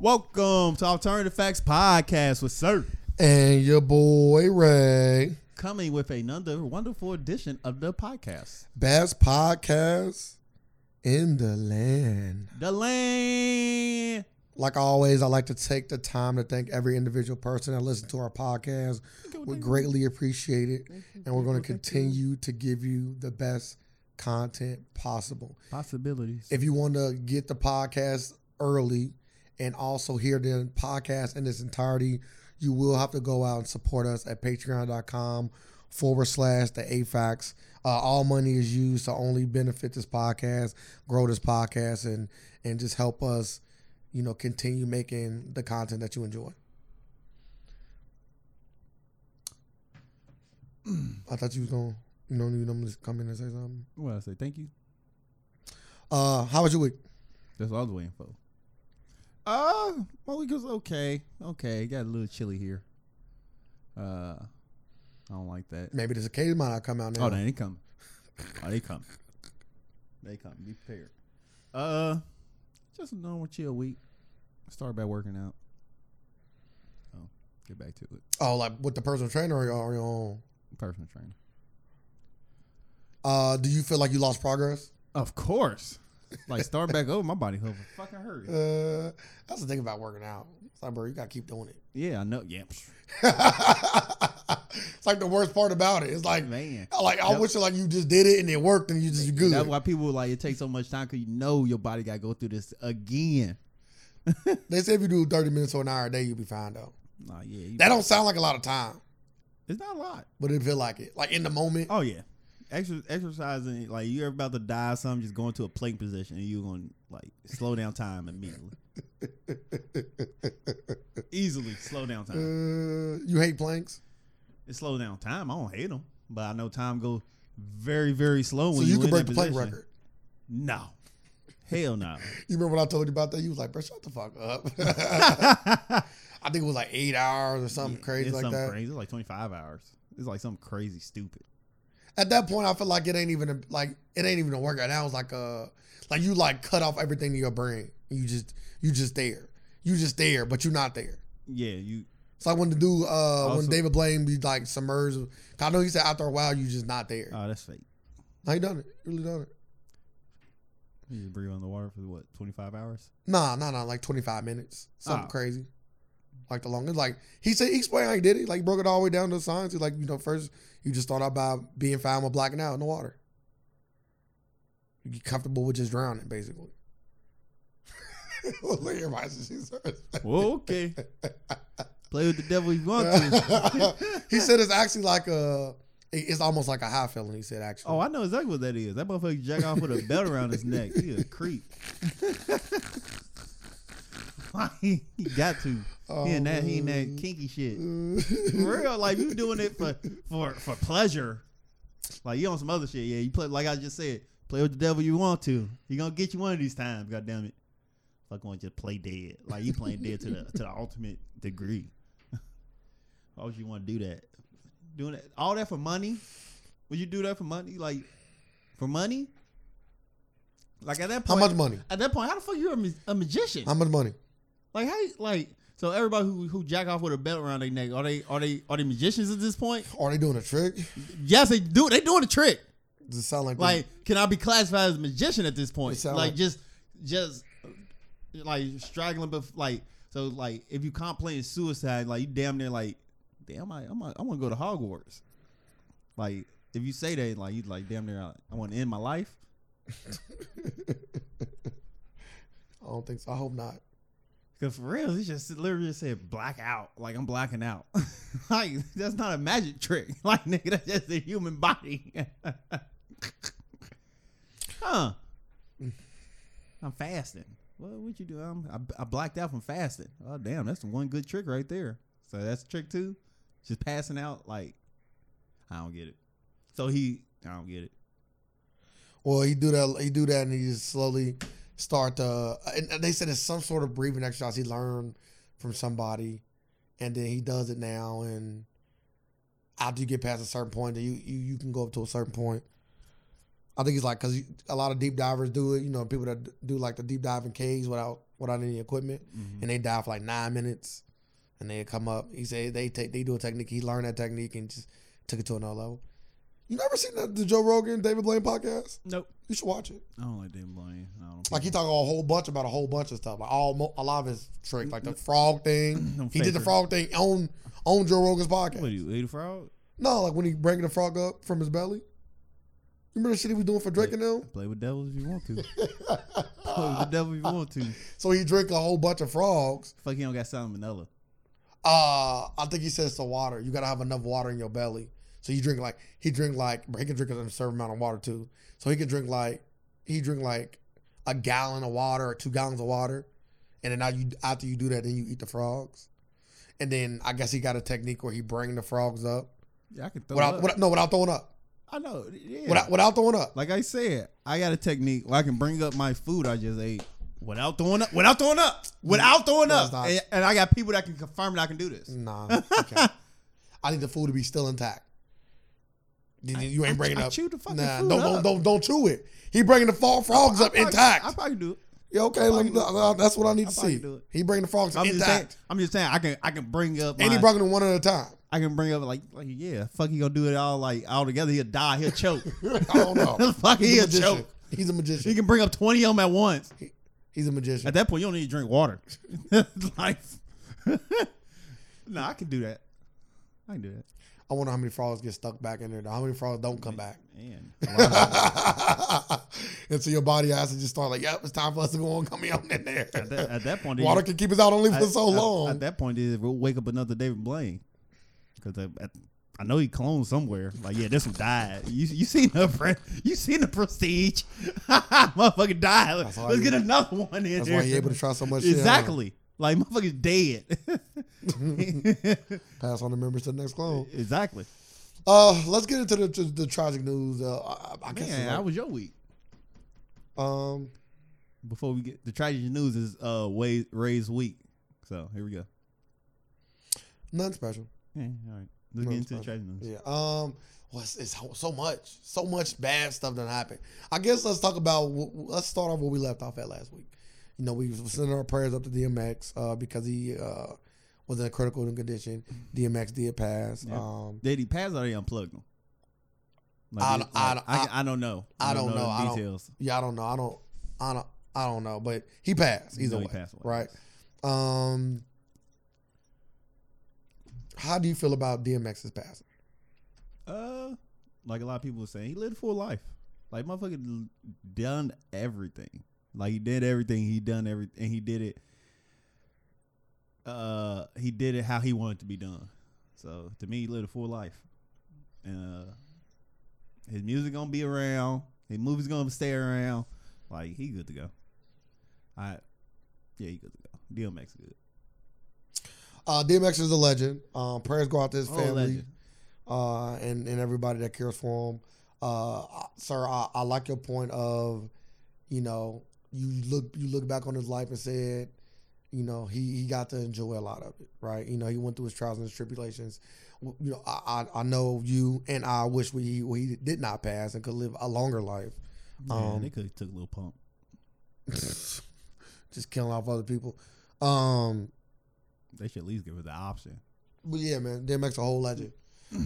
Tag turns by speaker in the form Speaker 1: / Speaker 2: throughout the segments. Speaker 1: Welcome to Alternative Facts Podcast with Sir.
Speaker 2: And your boy Ray.
Speaker 1: Coming with another wonderful edition of the podcast.
Speaker 2: Best podcast in the land.
Speaker 1: The land.
Speaker 2: Like always, I like to take the time to thank every individual person that listens to our podcast. We greatly appreciate it. And we're going to continue to give you the best content possible.
Speaker 1: Possibilities.
Speaker 2: If you want to get the podcast early and also hear the podcast in its entirety, you will have to go out and support us at patreon.com forward slash the AFAX. Uh, all money is used to only benefit this podcast, grow this podcast, and and just help us, you know, continue making the content that you enjoy. I thought you was going, you know, you know, I'm just come in and say something.
Speaker 1: What I say? Thank you.
Speaker 2: Uh, how was your week?
Speaker 1: That's all I was waiting for. Uh, my week was okay. Okay, it got a little chilly here. Uh, I don't like that.
Speaker 2: Maybe there's a case might not come out now.
Speaker 1: Oh, they ain't coming. Oh, they coming. They coming. Be prepared. Uh, just a normal chill week. Start by working out. Oh, get back to it.
Speaker 2: Oh, like with the personal trainer or your your own?
Speaker 1: Personal trainer.
Speaker 2: Uh, do you feel like you lost progress?
Speaker 1: Of course. Like start back over. My body hurt. Fucking hurry.
Speaker 2: Uh, that's the thing about working out. It's like, bro, you gotta keep doing it.
Speaker 1: Yeah, I know. Yeah,
Speaker 2: it's like the worst part about it. It's like,
Speaker 1: man.
Speaker 2: like I
Speaker 1: Yep.
Speaker 2: wish like you just did it and it worked and you just good.
Speaker 1: That's why people like it takes so much time because you know your body got to go through this again.
Speaker 2: They say if you do thirty minutes or an hour a day, you'll be fine though.
Speaker 1: Nah, yeah, you-
Speaker 2: That don't sound like a lot of time,
Speaker 1: it's not a lot.
Speaker 2: but it feel like it. Like in the moment,
Speaker 1: Oh yeah, Exer- exercising like you're about to die. Or something just going to a plank position and you're gonna like slow down time immediately. Oh. Easily slow down
Speaker 2: uh,
Speaker 1: time.
Speaker 2: you hate planks,
Speaker 1: It's slow down time. I don't hate them, but I know time goes very very slow.
Speaker 2: so
Speaker 1: When
Speaker 2: you,
Speaker 1: in
Speaker 2: could break
Speaker 1: that
Speaker 2: the plank
Speaker 1: position.
Speaker 2: record.
Speaker 1: No, hell no.
Speaker 2: You remember when I told you about that? You was like, bro, shut the fuck up. I think it was like eight hours or something
Speaker 1: Yeah,
Speaker 2: crazy
Speaker 1: it's
Speaker 2: like
Speaker 1: something
Speaker 2: that.
Speaker 1: Crazy. It's like 25 hours. It's like something crazy stupid.
Speaker 2: At that point, I feel like it ain't even a, like it ain't even a workout. Now it's like a like you like cut off everything in your brain. You just you just there. You just there, but you're not there.
Speaker 1: Yeah, you.
Speaker 2: It's like when the dude uh, when
Speaker 1: Also-
Speaker 2: David Blaine be like submerged. 'Cause I know he said after a while you just not there.
Speaker 1: Oh, that's fake.
Speaker 2: no, he done it. He really done it.
Speaker 1: You breathe on the water for what 25 hours?
Speaker 2: Nah, nah, nah. Like 25 minutes, something
Speaker 1: Oh.
Speaker 2: crazy. Like the longest. Like he said, he explained how he did it. Like broke it all the way down to the science. He like you know first you just start out by being fine with blacking out in the water. You get comfortable with just drowning, basically. Look, everybody's just- he's-
Speaker 1: Well, okay. Play with the devil if you want to.
Speaker 2: he said it's actually like a. it- It's almost like a high feeling. He said actually.
Speaker 1: Oh, I know exactly what that is. That motherfucker jack off with a belt around his neck. He a creep. he got to. he in that he in that kinky shit. For real, like you doing it for for for pleasure. Like you on some other shit. Yeah, you play like I just said. Play with the devil you want to. He gonna get you one of these times. God damn it. Fuck, want just play dead. Like you playing dead to the to the ultimate degree. Why would you want to do that? Doing that all that for money? Would you do that for money? Like for money? Like at that
Speaker 2: how
Speaker 1: point,
Speaker 2: much money?
Speaker 1: at that point, how the fuck you a, ma- a magician?
Speaker 2: How much money?
Speaker 1: Like how you- like so everybody who who jack off with a belt around their neck are they are they are they magicians at this point?
Speaker 2: Are they doing a trick?
Speaker 1: Yes, they do. They doing a trick.
Speaker 2: Does it sound like they-
Speaker 1: Like can I be classified as a magician at this point?
Speaker 2: It
Speaker 1: Like,
Speaker 2: sound like-
Speaker 1: just just like straggling, but like so like if you contemplating suicide, like you damn near like damn I I'm I want to go to Hogwarts. Like if you say that, like you like damn near I, I want to end my life.
Speaker 2: I don't think so. I hope not.
Speaker 1: Cause for real, he just literally just said black out. Like I'm blacking out. like that's not a magic trick. Like nigga, that's just the human body. huh? I'm fasting. What what you do? I'm, I I blacked out from fasting. Oh damn, that's the one good trick right there. So that's trick two. Just passing out. Like I don't get it. So he I don't get it.
Speaker 2: Well, he do that. He do that, and he just slowly start to. And and they said it's some sort of breathing exercise he learned from somebody, and then he does it now. And after you get past a certain point, then you you, you can go up to a certain point. I think it's like because a lot of deep divers do it. You know, people that do like the deep dive in caves without without any equipment,
Speaker 1: Mhm.
Speaker 2: and they dive for like nine minutes, and they come up. He said they take they do a technique. He learned that technique and just took it to another level. You never seen the, the Joe Rogan David Blaine podcast?
Speaker 1: Nope.
Speaker 2: You should watch it.
Speaker 1: I don't like David Blaine. I don't
Speaker 2: Like he talking a whole bunch about a whole bunch of stuff, like all mo- a lot of his tricks, like the frog thing.
Speaker 1: Them
Speaker 2: He did the
Speaker 1: fakers.
Speaker 2: frog thing on on Joe Rogan's
Speaker 1: What do
Speaker 2: podcast.
Speaker 1: you eat a frog?
Speaker 2: No, like when he breaking the frog up from his belly. Remember the shit he was doing for Drake and them?
Speaker 1: Play with devils if you want to. Play with the devil if you want to.
Speaker 2: So he drink a whole bunch of frogs.
Speaker 1: Fuck, he don't got salmonella.
Speaker 2: Uh I think he says the water. You gotta have enough water in your belly. So you drink like he drink like he can drink a certain amount of water too. So he can drink like he drink like a gallon of water or two gallons of water, and then now you after you do that, then you eat the frogs, and then I guess he got a technique where he bring the frogs up
Speaker 1: Yeah, I can throw
Speaker 2: without,
Speaker 1: up.
Speaker 2: without no without throwing up
Speaker 1: I know. Yeah.
Speaker 2: without without throwing up.
Speaker 1: like I said, I got a technique where I can bring up my food I just ate without throwing up. Without throwing up. Without throwing
Speaker 2: That's
Speaker 1: up.
Speaker 2: not- Mm.
Speaker 1: And, and I got people that can confirm that I can do this.
Speaker 2: Nah, okay. I need the food to be still intact. You, you ain't bringing
Speaker 1: I
Speaker 2: up.
Speaker 1: chewed the fucking
Speaker 2: nah,
Speaker 1: food
Speaker 2: don't,
Speaker 1: up.
Speaker 2: don't don't don't chew it. He bringing the fro- frogs up
Speaker 1: I probably-
Speaker 2: intact.
Speaker 1: I probably do it.
Speaker 2: Yeah, okay, let me,
Speaker 1: probably do
Speaker 2: uh, that's what I need
Speaker 1: I
Speaker 2: to
Speaker 1: probably
Speaker 2: see.
Speaker 1: do it.
Speaker 2: He bringing the frogs
Speaker 1: I'm just, saying,
Speaker 2: intact,
Speaker 1: I'm just saying I can I can bring up
Speaker 2: and he
Speaker 1: my-
Speaker 2: brought them one at a time.
Speaker 1: I can bring up like like yeah fuck he gonna do it all like all together he'll die he'll choke
Speaker 2: I don't know.
Speaker 1: fuck he
Speaker 2: He's
Speaker 1: a
Speaker 2: a magician.
Speaker 1: choke
Speaker 2: He's a
Speaker 1: he
Speaker 2: magician.
Speaker 1: can bring up twenty of them at once
Speaker 2: He's a magician.
Speaker 1: at that point you don't need to drink water like nah I can do that I can do that
Speaker 2: I wonder how many frogs get stuck back in there. Though. How many frogs don't come back?
Speaker 1: and
Speaker 2: and so your body has to just start like, yep, it's time for us to go on. Come on in there.
Speaker 1: at that, at that point they-
Speaker 2: Water can keep us out only for
Speaker 1: at-
Speaker 2: so
Speaker 1: at-
Speaker 2: long.
Speaker 1: at, that point they will wake up another David Blaine because I, I- I know he cloned somewhere like yeah this one died you you seen the pre- you seen the Prestige motherfucker died let's
Speaker 2: why
Speaker 1: get
Speaker 2: he-
Speaker 1: another one in
Speaker 2: That's
Speaker 1: here.
Speaker 2: why he able to try so much. shit out.
Speaker 1: Exactly. Like motherfucker's dead.
Speaker 2: Pass on the members to the next clone.
Speaker 1: exactly.
Speaker 2: Uh, let's get into the to the tragic news. Uh, I, I guess.
Speaker 1: Man,
Speaker 2: it's
Speaker 1: how
Speaker 2: like-
Speaker 1: was your week?
Speaker 2: um,
Speaker 1: Before we get the tragic news is uh Way Ray's week. So here we go.
Speaker 2: nothing special.
Speaker 1: Yeah, all right. Let's
Speaker 2: No,
Speaker 1: get
Speaker 2: it's
Speaker 1: into the
Speaker 2: fine.
Speaker 1: tragic news.
Speaker 2: uh, Yeah. Um. Well, it's, it's so- so much, so much bad stuff that happened. I guess let's talk about. wh- wh- Let's start off where we left off at last week. You know, we was sending our prayers up to DMX uh, because he uh, was in a critical condition. DMX did pass.
Speaker 1: Yep.
Speaker 2: Um,
Speaker 1: Did he pass or they unplugged him?
Speaker 2: I
Speaker 1: did-
Speaker 2: don't- I don't-
Speaker 1: I, I don't know.
Speaker 2: I don't know. I
Speaker 1: the
Speaker 2: don't-
Speaker 1: details.
Speaker 2: yeah, I don't know. I don't. I don't. I don't know. But he passed
Speaker 1: You
Speaker 2: either
Speaker 1: know
Speaker 2: way.
Speaker 1: he passed away.
Speaker 2: Right. Um. How do you feel about DMX's passing?
Speaker 1: Uh, like a lot of people were saying, he lived a full life. Like motherfucker done everything. Like he did everything. He done everything. And he did it. Uh, he did it how he wanted to be done. So to me, he lived a full life. And uh, his music gonna be around. His movies gonna stay around. Like he good to go. I, yeah, he good to go. DMX good.
Speaker 2: Uh, DMX is a legend. Um, prayers go out to his
Speaker 1: Oh,
Speaker 2: family.
Speaker 1: legend.
Speaker 2: uh, and and everybody that cares for him. Uh, I- sir, I, I like your point of, you know, you look you look back on his life and said, you know, he he got to enjoy a lot of it, right? You know, he went through his trials and his tribulations. W- You know, I I, I know you and I wish we we did not pass and could live a longer life.
Speaker 1: Yeah,
Speaker 2: Um,
Speaker 1: they could took a little pump.
Speaker 2: just killing off other people. Um,
Speaker 1: They should at least give us the option.
Speaker 2: but yeah, man, DMX a whole legend.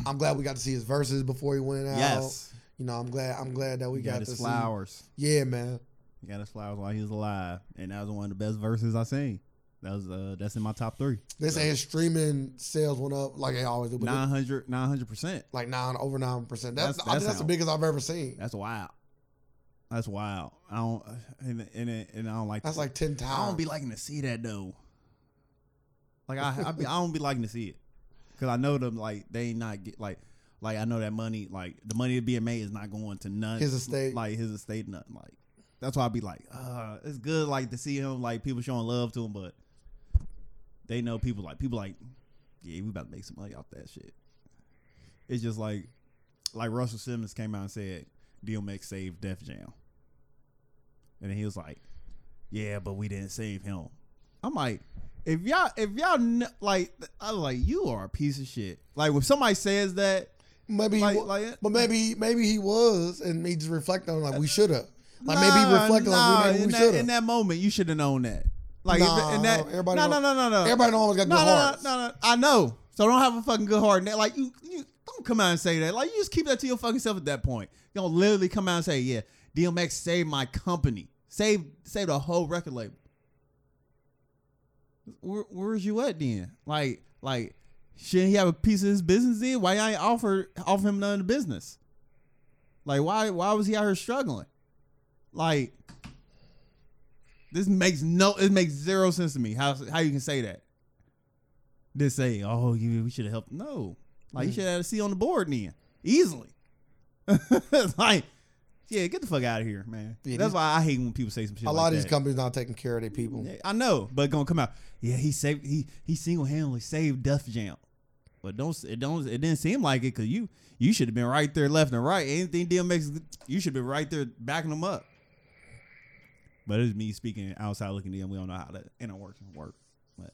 Speaker 2: I'm glad we got to see his verses before he went out.
Speaker 1: Yes,
Speaker 2: You know, I'm glad I'm glad that we
Speaker 1: we got,
Speaker 2: got, to
Speaker 1: his
Speaker 2: see
Speaker 1: flowers.
Speaker 2: Yeah, man.
Speaker 1: He got his flowers while he was alive, and that was one of the best verses I seen. That was uh, that's in my top three.
Speaker 2: They say his streaming sales went up like they always do, but
Speaker 1: 900 percent.
Speaker 2: like nine over nine percent. That's,
Speaker 1: That's-
Speaker 2: I think
Speaker 1: that's
Speaker 2: that's the
Speaker 1: how-
Speaker 2: biggest I've ever seen.
Speaker 1: That's wild. That's wild. I don't and and, and I don't like.
Speaker 2: That's like ten
Speaker 1: I
Speaker 2: times.
Speaker 1: don't be liking to see that though. Like I I, be, I don't be liking to see it because I know them like they ain't not get like like I know that money like the money being made is not going to none
Speaker 2: His estate.
Speaker 1: like his estate nothing like that's why I be like uh it's good like to see him like people showing love to him but they know people like people like yeah we about to make some money off that shit it's just like like Russell Simmons came out and said DMX saved Def Jam and then he was like yeah but we didn't save him I'm like if y'all if y'all kn- like I was like you are a piece of shit like when somebody says that
Speaker 2: maybe, he
Speaker 1: like-
Speaker 2: wa-
Speaker 1: like-
Speaker 2: but maybe maybe he was, and he just reflected on it, like we should have. Like maybe
Speaker 1: Uh, Nah,
Speaker 2: he reflected on
Speaker 1: nah,
Speaker 2: it, maybe
Speaker 1: in
Speaker 2: we
Speaker 1: that-
Speaker 2: should
Speaker 1: in
Speaker 2: have.
Speaker 1: that moment you should have known that Like
Speaker 2: Nah,
Speaker 1: and that
Speaker 2: everybody
Speaker 1: no, no,
Speaker 2: don't-
Speaker 1: no, no, no.
Speaker 2: Everybody don't always got good
Speaker 1: no, no,
Speaker 2: hearts.
Speaker 1: no, no, no. I know. So don't have a fucking good heart. And that, like you, you don't come out and say that. Like you just keep that to your fucking self at that point. You don't literally come out and say, "Yeah, DMX saved my company, save save the whole record label." Where, where's you at then? Like, like, shouldn't he have a piece of his business then? Why I ain't offer offer him none of the business? Like, why why was he out here struggling? Like, this makes no it makes zero sense to me. How how you can say that? Just say, oh, you we should have helped. No, like you
Speaker 2: Mm.
Speaker 1: should have had a C on the board then easily. like, yeah, get the fuck out of here, man.
Speaker 2: Yeah,
Speaker 1: That's
Speaker 2: these-
Speaker 1: why I hate when people say some shit.
Speaker 2: A
Speaker 1: like
Speaker 2: lot of these
Speaker 1: that.
Speaker 2: companies not taking care of their people.
Speaker 1: Yeah, I know, but gonna come out. Yeah, he saved. He he single handedly saved Def Jam. But don't it don't it didn't seem like it because you you should have been right there, left and right. Anything DMX, you should be right there backing them up. But it's me speaking outside looking in. We don't know how that inner working work. But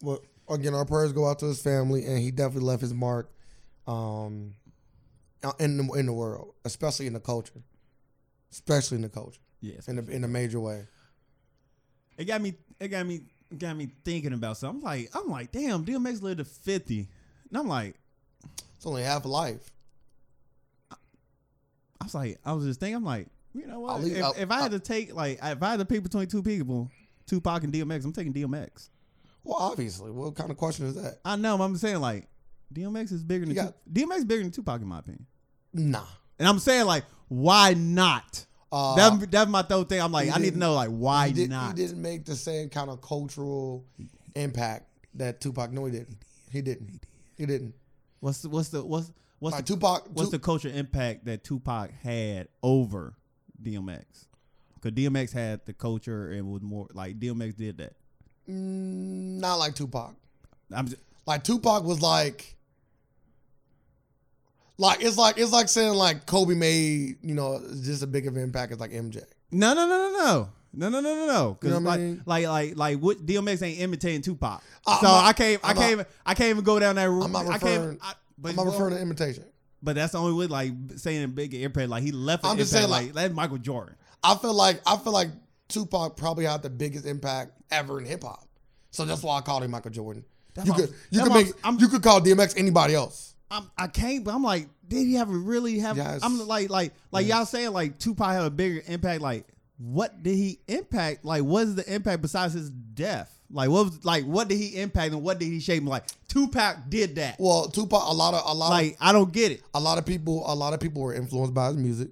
Speaker 2: But again, our prayers go out to his family, and he definitely left his mark, um, out in the, in the world, especially in the culture, especially in the culture,
Speaker 1: yes,
Speaker 2: in a, in a major way.
Speaker 1: it got me it got me it got me thinking about something. I'm like I'm like damn, DMX lived to fifty, and I'm like
Speaker 2: It's only half a life.
Speaker 1: I was like, I was just thinking, I'm like, you know what?
Speaker 2: I'll leave-
Speaker 1: if,
Speaker 2: I'll-
Speaker 1: if I had to take, like, if I had to pick between two people, Tupac and DMX, I'm taking DMX.
Speaker 2: Well, obviously, what kind of question is that?
Speaker 1: I know, but I'm saying like, DMX is bigger than
Speaker 2: You
Speaker 1: Tup-
Speaker 2: got-
Speaker 1: DMX is bigger than Tupac in my opinion.
Speaker 2: Nah.
Speaker 1: And I'm saying like, why not?
Speaker 2: Uh,
Speaker 1: that that's my third thing. I'm like,
Speaker 2: he
Speaker 1: I need to
Speaker 2: didn't-
Speaker 1: know like why
Speaker 2: he, did,
Speaker 1: not?
Speaker 2: he didn't make the same kind of cultural impact that Tupac. No, he didn't. He didn't. He didn't.
Speaker 1: What's the, what's the what's what's
Speaker 2: Like
Speaker 1: the,
Speaker 2: Tupac.
Speaker 1: what's
Speaker 2: Tu- mm,
Speaker 1: the culture impact that Tupac had over DMX? Because DMX had the culture and was more like DMX did that.
Speaker 2: Mm, not like Tupac.
Speaker 1: I'm just,
Speaker 2: Like Tupac was like, like it's like it's like saying like Kobe made you know just a big of an impact as like MJ.
Speaker 1: No, no, no, no, no. No, no, no, no, no. Because
Speaker 2: You know what I
Speaker 1: like,
Speaker 2: mean? Uh,
Speaker 1: like, like, like, what DMX ain't imitating Tupac.
Speaker 2: I'm
Speaker 1: so
Speaker 2: not-
Speaker 1: I can't, I
Speaker 2: I'm
Speaker 1: can't, even, I can't even go down that route.
Speaker 2: I'm not
Speaker 1: I
Speaker 2: referring-
Speaker 1: can't, I, but,
Speaker 2: I'm not referring to imitation.
Speaker 1: but that's the only way, like, saying a big impact. Like he left.
Speaker 2: I'm
Speaker 1: I'm
Speaker 2: just
Speaker 1: just
Speaker 2: saying,
Speaker 1: like, like that's Michael Jordan.
Speaker 2: I feel like I feel like Tupac probably had the biggest impact ever in hip hop. So that's why I called him Michael Jordan.
Speaker 1: That's
Speaker 2: You
Speaker 1: what I'm-
Speaker 2: could you
Speaker 1: that's
Speaker 2: could
Speaker 1: what
Speaker 2: make
Speaker 1: I'm-
Speaker 2: you could call DMX anybody else.
Speaker 1: I'm, I can't, but I'm like, did he ever really have?
Speaker 2: Yes.
Speaker 1: I'm like, like, like y'all saying like Tupac had a bigger impact. Like, what did he impact? Like, what is the impact besides his death? Like, what was like, what did he impact and what did he shape? Like, Tupac did that.
Speaker 2: Well, Tupac a lot of a lot of,
Speaker 1: Like, I don't get it.
Speaker 2: a lot of people a lot of people were influenced by his music.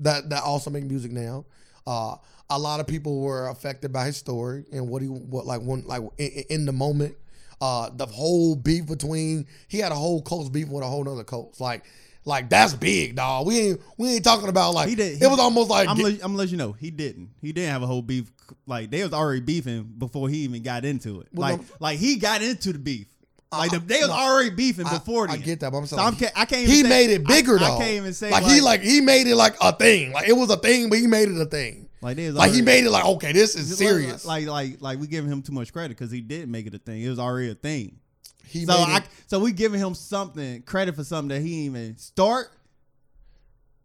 Speaker 2: That that also make music now. Uh, a lot of people were affected by his story and what he what like one like in, in- in the moment. Uh, the whole beef between he had a whole coach beef with a whole nother coach. Like like that's big, dog. We ain't we ain't talking about like
Speaker 1: He did- he-
Speaker 2: it was almost like
Speaker 1: I'm let, I'm gonna let you know he didn't. He didn't have a whole beef. Like they was already beefing before he even got into it.
Speaker 2: Well,
Speaker 1: like
Speaker 2: no.
Speaker 1: like he got into the beef. Like the, they was already beefing
Speaker 2: I-
Speaker 1: before.
Speaker 2: I,
Speaker 1: then.
Speaker 2: get that, but I'm
Speaker 1: So
Speaker 2: saying
Speaker 1: I'm, ca- I can't. Even
Speaker 2: he
Speaker 1: say-
Speaker 2: made it bigger
Speaker 1: I,
Speaker 2: though.
Speaker 1: I can't even say
Speaker 2: like, he like he made it like a thing. Like it was a thing, but he made it a thing.
Speaker 1: like, they was
Speaker 2: Like he
Speaker 1: already-
Speaker 2: made it like okay, this is
Speaker 1: like-
Speaker 2: serious.
Speaker 1: Like like like we giving him too much credit because he did make it a thing. It was already a thing.
Speaker 2: he
Speaker 1: so
Speaker 2: made
Speaker 1: I
Speaker 2: it,
Speaker 1: so we giving him something credit for something that he didn't even start.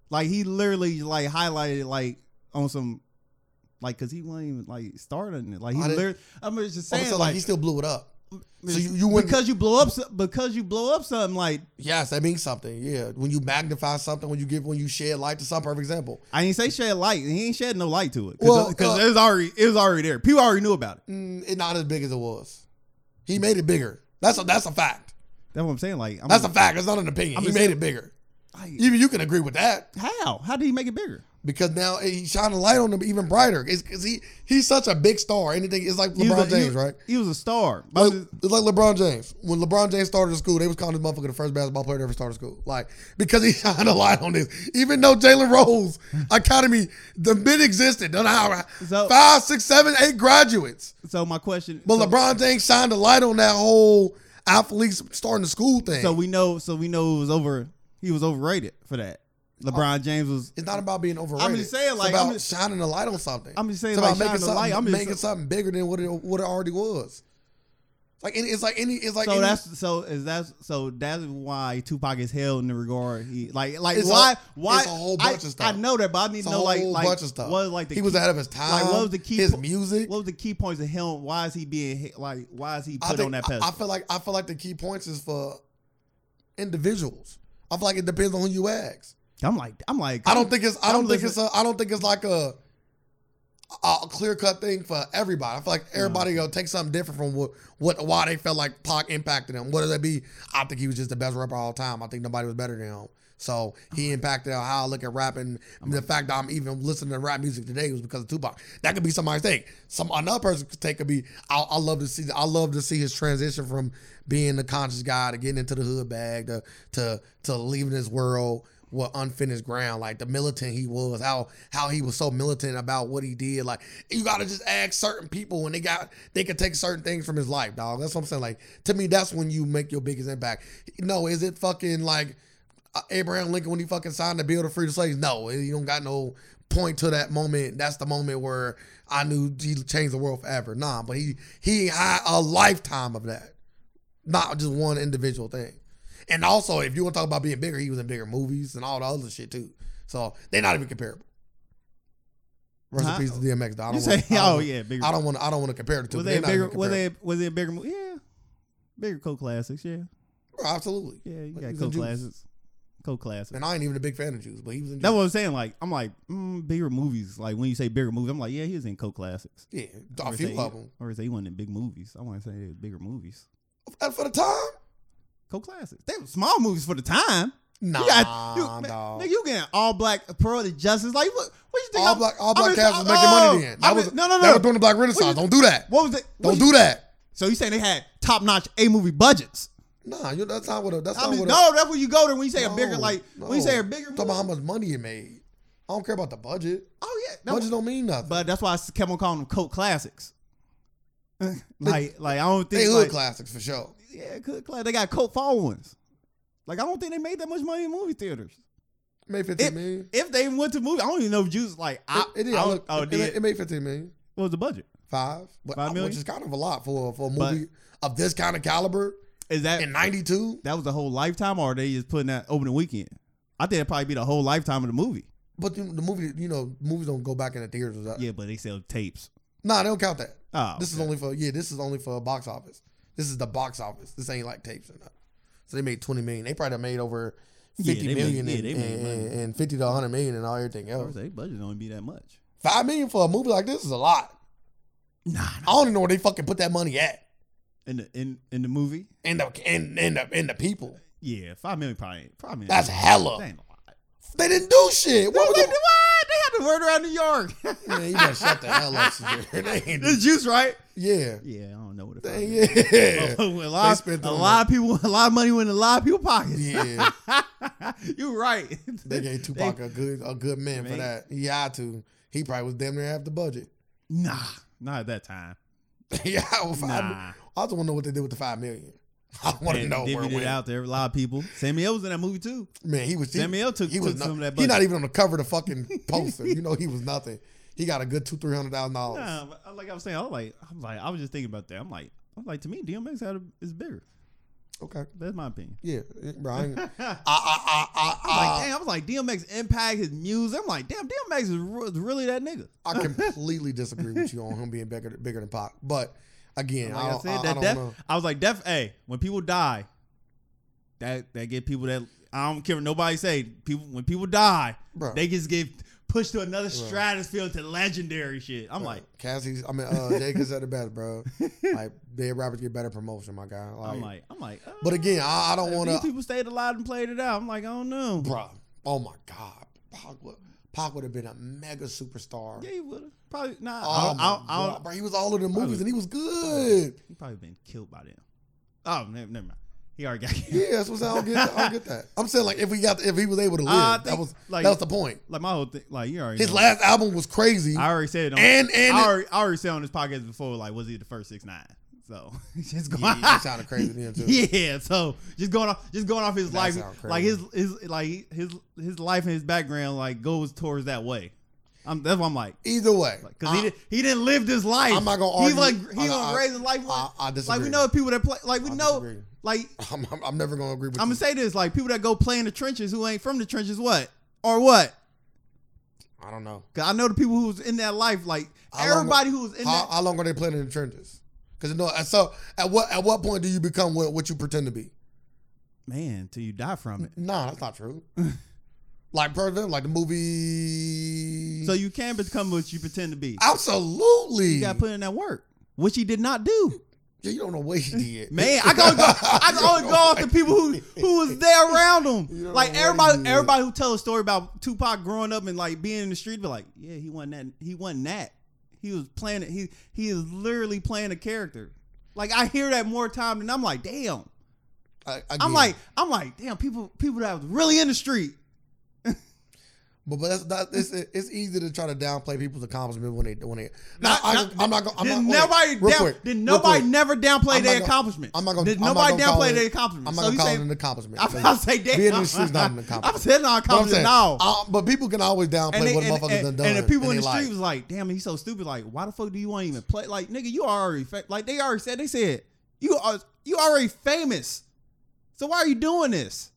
Speaker 1: Like he literally like highlighted like on some like because he wasn't even like starting it. Like he
Speaker 2: I didn't-
Speaker 1: literally, I'm just
Speaker 2: I'm
Speaker 1: saying
Speaker 2: saying, like,
Speaker 1: like,
Speaker 2: he still blew it up. So you, you wouldn't
Speaker 1: because you blow up so- because you blow up something like
Speaker 2: yes, that means something. Yeah, when you magnify something, when you give, when you shed light to something. Perfect example.
Speaker 1: I ain't say shed light. He ain't shed no light to it because
Speaker 2: Well, uh,
Speaker 1: it was already it was already there. People already knew about it.
Speaker 2: Mm, it's not as big as it was. He made it bigger. That's a that's a fact.
Speaker 1: That's what I'm saying. Like I'm,
Speaker 2: That's a fact. It's not an opinion.
Speaker 1: I'm
Speaker 2: he
Speaker 1: just
Speaker 2: made
Speaker 1: saying-
Speaker 2: it bigger.
Speaker 1: like,
Speaker 2: Even you can agree with that.
Speaker 1: how how did he make it bigger?
Speaker 2: because now eh, he's shining light on him even brighter. It's because he he's such a big star. Anything it's like
Speaker 1: He was
Speaker 2: LeBron
Speaker 1: a- he
Speaker 2: James,
Speaker 1: was-
Speaker 2: right?
Speaker 1: He was a star. But
Speaker 2: Like,
Speaker 1: I'm just-
Speaker 2: it's like LeBron James. When LeBron James started school, they was calling this motherfucker the first basketball player to ever start a school. Like because he shined a light on this. Even though Jalen Rose Academy, the mid existed, don't know how
Speaker 1: So-
Speaker 2: five, six, seven, eight graduates.
Speaker 1: so my question.
Speaker 2: But
Speaker 1: so-
Speaker 2: LeBron James shined a light on that whole athletes starting the school thing.
Speaker 1: So we know. So we know it was over. He was overrated for that.
Speaker 2: Oh.
Speaker 1: LeBron James was.
Speaker 2: It's not about being overrated.
Speaker 1: saying, like,
Speaker 2: it's about
Speaker 1: I'm just-
Speaker 2: shining a light on something.
Speaker 1: I'm just saying,
Speaker 2: it's about
Speaker 1: like,
Speaker 2: making
Speaker 1: shining a
Speaker 2: something,
Speaker 1: light. I'm just-
Speaker 2: making something bigger than what it what it already was. Like any, it's like any, it's like
Speaker 1: so
Speaker 2: any,
Speaker 1: that's so is that's so that's why Tupac is held in the regard he like like
Speaker 2: It's a-
Speaker 1: why why
Speaker 2: it's a whole bunch
Speaker 1: I,
Speaker 2: of stuff.
Speaker 1: I know that but I need
Speaker 2: it's
Speaker 1: to
Speaker 2: a
Speaker 1: know
Speaker 2: whole
Speaker 1: like like
Speaker 2: bunch of stuff.
Speaker 1: what was, like the
Speaker 2: he was
Speaker 1: key,
Speaker 2: ahead of his time.
Speaker 1: like, what was the key
Speaker 2: His
Speaker 1: po-
Speaker 2: music.
Speaker 1: what was the key points of him why is he being hit- like why is he put
Speaker 2: I think,
Speaker 1: on that
Speaker 2: I- I,
Speaker 1: pedestal
Speaker 2: feel like I feel like the key points is for individuals. I feel like it depends on who you ask.
Speaker 1: I'm like I'm like
Speaker 2: I don't think it's I
Speaker 1: I'm
Speaker 2: don't think it's
Speaker 1: listening-
Speaker 2: a I don't think it's like a a clear cut thing for everybody. I feel like everybody gonna take something different from what, what why they felt like Pac impacted him. What did that be? I think he was just the best rapper of all time. I think nobody was better than him. So he impacted how I look at rap and the fact that I'm even listening to rap music today was because of Tupac. That could be somebody's take. Some another person's take could be I, I love to see I love to see his transition from being the conscious guy to getting into the hood bag to to to leaving this world with unfinished ground, like the militant he was, how how he was so militant about what he did. Like you gotta just ask certain people when they got they could take certain things from his life, dog. That's what I'm saying. Like to me, that's when you make your biggest impact. No, is it fucking like uh, Abraham Lincoln when he fucking signed the bill to free the slaves? No, you don't got no point to that moment. That's the moment where I knew he changed the world forever. Nah, but he he had a lifetime of that, not just one individual thing. And also, if you want to talk about being bigger, he was in bigger movies and all the other shit too. So they're not even comparable. Rest
Speaker 1: Huh?
Speaker 2: in peace to DMX. Though. I
Speaker 1: you
Speaker 2: don't
Speaker 1: say
Speaker 2: wanna- I don't
Speaker 1: oh
Speaker 2: wanna-
Speaker 1: yeah bigger
Speaker 2: I don't want. I don't want to compare the two.
Speaker 1: was
Speaker 2: They're
Speaker 1: they a
Speaker 2: not even
Speaker 1: bigger was
Speaker 2: comparable.
Speaker 1: they was it a bigger mo- yeah bigger co classics yeah
Speaker 2: Absolutely.
Speaker 1: yeah you
Speaker 2: Like,
Speaker 1: got
Speaker 2: he's a
Speaker 1: co
Speaker 2: Juice.
Speaker 1: classics co classics
Speaker 2: And I ain't even a big fan of Juice, but he was in.
Speaker 1: That's
Speaker 2: Juice.
Speaker 1: what I'm saying. Like, I'm like, mm, bigger movies. Like, when you say bigger movies, I'm like, yeah, he was in co classics.
Speaker 2: yeah,
Speaker 1: Or
Speaker 2: a
Speaker 1: say
Speaker 2: few
Speaker 1: he-
Speaker 2: of them.
Speaker 1: Or say he wasn't in big movies. I want to say they was bigger movies.
Speaker 2: And for the time,
Speaker 1: Co classics. They were small movies for the time.
Speaker 2: nah,
Speaker 1: you got, you,
Speaker 2: dog.
Speaker 1: nigga, you getting all black Pearl to Justice. Like, what, what you think?
Speaker 2: all
Speaker 1: I'm-
Speaker 2: black, all
Speaker 1: I'm
Speaker 2: black
Speaker 1: just-
Speaker 2: cats was making
Speaker 1: oh,
Speaker 2: money then. That
Speaker 1: I'm
Speaker 2: was
Speaker 1: just- no, no,
Speaker 2: That was
Speaker 1: no.
Speaker 2: during the Black Renaissance. Don't do that.
Speaker 1: What was it? what
Speaker 2: Don't
Speaker 1: you-
Speaker 2: do that.
Speaker 1: So you saying they had top notch A movie budgets?
Speaker 2: Nah, you, that's not what. A, that's
Speaker 1: I
Speaker 2: not
Speaker 1: mean,
Speaker 2: what.
Speaker 1: no, that's where you go there when you say
Speaker 2: a,
Speaker 1: a bigger, like,
Speaker 2: no,
Speaker 1: when you say a
Speaker 2: no.
Speaker 1: bigger
Speaker 2: Talk
Speaker 1: movie.
Speaker 2: about how much money it made. I don't care about the budget.
Speaker 1: Oh, yeah. No,
Speaker 2: budget don't mean nothing.
Speaker 1: But that's why I s- kept on calling them cult classics. like, like I don't
Speaker 2: they
Speaker 1: think
Speaker 2: hood
Speaker 1: like,
Speaker 2: classics for sure.
Speaker 1: yeah, cult class. They got cult followings. Like I don't think they made that much money in movie theaters.
Speaker 2: Made
Speaker 1: It,
Speaker 2: fifteen million.
Speaker 1: if they even went to movie, I don't even know if Juice like I,
Speaker 2: it, it did.
Speaker 1: I
Speaker 2: I
Speaker 1: don't-
Speaker 2: looked,
Speaker 1: oh,
Speaker 2: it,
Speaker 1: did.
Speaker 2: it made fifteen million.
Speaker 1: what was the budget?
Speaker 2: Five, but
Speaker 1: Five million?
Speaker 2: which is kind of a lot for for a
Speaker 1: But-
Speaker 2: movie of this kind of caliber
Speaker 1: Is that
Speaker 2: in '92.
Speaker 1: that was the whole lifetime, or are they just putting that opening weekend? I think it'd probably be the whole lifetime of the movie.
Speaker 2: But the, the movie, you know, movies don't go back in the theaters. Without,
Speaker 1: Yeah, but they sell tapes.
Speaker 2: Nah, they don't count that.
Speaker 1: Oh,
Speaker 2: This is only for yeah. This is only for box office. This is the box office. This ain't like tapes or nothing. So they made twenty million. They probably done made over
Speaker 1: Yeah,
Speaker 2: fifty
Speaker 1: they made-
Speaker 2: million
Speaker 1: yeah, they
Speaker 2: and,
Speaker 1: made
Speaker 2: and-
Speaker 1: money.
Speaker 2: and fifty to hundred million and all everything
Speaker 1: I would
Speaker 2: else.
Speaker 1: say budget don't be that much.
Speaker 2: Five million for a movie like this is a lot.
Speaker 1: Nah,
Speaker 2: I
Speaker 1: nah.
Speaker 2: don't even know where they fucking put that money at.
Speaker 1: in the in in the movie,
Speaker 2: And the and and the, and the people.
Speaker 1: yeah, five million probably probably ain't-
Speaker 2: That's hella.
Speaker 1: That ain't a lot.
Speaker 2: They didn't do shit. What
Speaker 1: What
Speaker 2: was
Speaker 1: they,
Speaker 2: the-
Speaker 1: had to word around New York.
Speaker 2: Man, you better shut the hell up, Shakur. They ain't do-
Speaker 1: This juice, right?
Speaker 2: Yeah.
Speaker 1: Yeah, I don't know what.
Speaker 2: They-
Speaker 1: it a
Speaker 2: Yeah.
Speaker 1: lot,
Speaker 2: spent
Speaker 1: a
Speaker 2: on
Speaker 1: lot of people, a lot of money went in a lot of people's pockets.
Speaker 2: Yeah.
Speaker 1: you right.
Speaker 2: They gave Tupac a good a good man for
Speaker 1: Man.
Speaker 2: that. He had to. He probably was damn near half the budget.
Speaker 1: nah, not at that time.
Speaker 2: yeah. well, five-
Speaker 1: Nah.
Speaker 2: I just want to know what they did with the five million. I want to
Speaker 1: And
Speaker 2: know where it
Speaker 1: divvied it
Speaker 2: went.
Speaker 1: out there. A lot of people. Samuel was in that movie too.
Speaker 2: Man, he was he,
Speaker 1: Samuel took,
Speaker 2: he
Speaker 1: took
Speaker 2: was
Speaker 1: some of
Speaker 2: no,
Speaker 1: that
Speaker 2: he
Speaker 1: budget.
Speaker 2: not even on the cover of the fucking poster. you know he was nothing. He got a good two three hundred thousand dollars.
Speaker 1: Nah, but uh, like I was saying, I was like, I'm like, I was just thinking about that. I'm like, I'm like, to me, DMX had a, is bigger.
Speaker 2: Okay.
Speaker 1: That's my opinion.
Speaker 2: Yeah, bro. I, ain't- I,
Speaker 1: I'm
Speaker 2: I, I,
Speaker 1: like,
Speaker 2: I,
Speaker 1: damn, I was like, DMX impact his music. I'm like, damn, DMX is re- really that nigga.
Speaker 2: I, I completely disagree with you on him being bigger, bigger than Pac. But again,
Speaker 1: like
Speaker 2: I,
Speaker 1: I,
Speaker 2: don't-
Speaker 1: said,
Speaker 2: I, I
Speaker 1: that
Speaker 2: don't
Speaker 1: death.
Speaker 2: know.
Speaker 1: I was like, death. Hey, when people die, that that get people that I don't care. what Nobody say people when people die,
Speaker 2: Bruh.
Speaker 1: they just get pushed to another stratosphere to legendary shit. I'm like,
Speaker 2: Cassie's. I mean, uh, Jacob's at the best, bro. Like dead rappers get better promotion, my guy. Like,
Speaker 1: I'm like, I'm like. uh,
Speaker 2: but again, I, I don't
Speaker 1: if
Speaker 2: want
Speaker 1: these
Speaker 2: to,
Speaker 1: people stayed alive and played it out. I'm like, I don't know.
Speaker 2: bro. Oh my god, Pac would, Pac would have been a mega superstar.
Speaker 1: Yeah, he would have probably. Nah,
Speaker 2: Oh
Speaker 1: I don't-
Speaker 2: my
Speaker 1: I don't- I
Speaker 2: God,
Speaker 1: don't-
Speaker 2: bro, he was all in the
Speaker 1: Probably-
Speaker 2: movies and he was good.
Speaker 1: he probably been killed by them. Oh, never, never mind. He already got killed.
Speaker 2: Yeah, that's what I'm saying. I don't get that. I don't get that. I'm saying like if we got if he was able to
Speaker 1: Uh,
Speaker 2: live,
Speaker 1: I
Speaker 2: that
Speaker 1: think,
Speaker 2: was
Speaker 1: like-
Speaker 2: that was the point.
Speaker 1: Like my whole thing. Like you already.
Speaker 2: His
Speaker 1: know.
Speaker 2: last album was crazy,
Speaker 1: I already said it on
Speaker 2: and and
Speaker 1: I already, I already said on this podcast before, like, was he the first six nine? So just going,
Speaker 2: yeah, he sounded crazy then too.
Speaker 1: yeah. So just going off, just going off his
Speaker 2: That
Speaker 1: life,
Speaker 2: sound
Speaker 1: like
Speaker 2: crazy.
Speaker 1: his his like his his life and his background, like goes towards that way. I'm, that's why I'm like,
Speaker 2: Either way,
Speaker 1: like, cause
Speaker 2: I,
Speaker 1: he didn't he didn't live this life.
Speaker 2: I'm not gonna
Speaker 1: He's
Speaker 2: argue.
Speaker 1: like
Speaker 2: I-
Speaker 1: he
Speaker 2: I-
Speaker 1: gonna raise his life.
Speaker 2: I, I disagree.
Speaker 1: like we know people that play. Like we
Speaker 2: I
Speaker 1: know.
Speaker 2: disagree.
Speaker 1: Like
Speaker 2: I'm, I'm, I'm never gonna agree with
Speaker 1: I'm
Speaker 2: you.
Speaker 1: gonna say this. Like people that go play in the trenches who ain't from the trenches. What or what?
Speaker 2: I don't know.
Speaker 1: Cause I know the people who was in that life. Like
Speaker 2: How long-
Speaker 1: everybody who was in
Speaker 2: How,
Speaker 1: that.
Speaker 2: how long are they playing in the trenches? Because no, so at what at what point do you become what, what you pretend to be?
Speaker 1: Man, till you die from it.
Speaker 2: Nah, that's not true. like president, like the movie.
Speaker 1: So you can become what you pretend to be.
Speaker 2: absolutely.
Speaker 1: You gotta put in that work, which he did not do.
Speaker 2: Yeah, you don't know what he did.
Speaker 1: Man, I gotta go. I
Speaker 2: You
Speaker 1: can only
Speaker 2: don't
Speaker 1: go
Speaker 2: know
Speaker 1: off
Speaker 2: what
Speaker 1: the people who who was there around
Speaker 2: You
Speaker 1: him. Like
Speaker 2: don't know what he
Speaker 1: everybody,
Speaker 2: did.
Speaker 1: everybody who tell a story about Tupac growing up and like being in the street, be like, yeah, he wasn't that. He wasn't that. He was playing. it. He he is literally playing a character. Like I hear that more time than I'm like, damn.
Speaker 2: I,
Speaker 1: I'm
Speaker 2: get
Speaker 1: like,
Speaker 2: it.
Speaker 1: I'm like, damn. People people that was really in the street.
Speaker 2: but but that's that, it's it's easy to try to downplay people's accomplishment when they when they.
Speaker 1: Not-
Speaker 2: Nah, I,
Speaker 1: not-
Speaker 2: am not gonna. I'm
Speaker 1: Did
Speaker 2: not, wait,
Speaker 1: nobody
Speaker 2: real
Speaker 1: down,
Speaker 2: quick,
Speaker 1: did
Speaker 2: real
Speaker 1: nobody
Speaker 2: quick.
Speaker 1: never downplay
Speaker 2: I'm
Speaker 1: their
Speaker 2: not gonna-
Speaker 1: accomplishment?
Speaker 2: I'm not gonna.
Speaker 1: Did
Speaker 2: I'm not
Speaker 1: nobody
Speaker 2: gonna call
Speaker 1: downplay
Speaker 2: it-
Speaker 1: their accomplishment?
Speaker 2: I'm
Speaker 1: So
Speaker 2: not gonna
Speaker 1: you
Speaker 2: call
Speaker 1: saying-
Speaker 2: it an accomplishment.
Speaker 1: I'm about to say damn.
Speaker 2: Being in the street is not an accomplishment.
Speaker 1: I'm saying not an
Speaker 2: But I'm
Speaker 1: accomplishment
Speaker 2: saying,
Speaker 1: now.
Speaker 2: uh, but people can always downplay
Speaker 1: and, they-
Speaker 2: what
Speaker 1: and-
Speaker 2: motherfuckers
Speaker 1: and-
Speaker 2: done done.
Speaker 1: and the people in
Speaker 2: they
Speaker 1: the
Speaker 2: like,
Speaker 1: street was like, "Damn, he's so stupid. Like, why the fuck do you want to even play? Like, nigga, you already fa- like they already said. They said you are you already famous. So why are you doing this?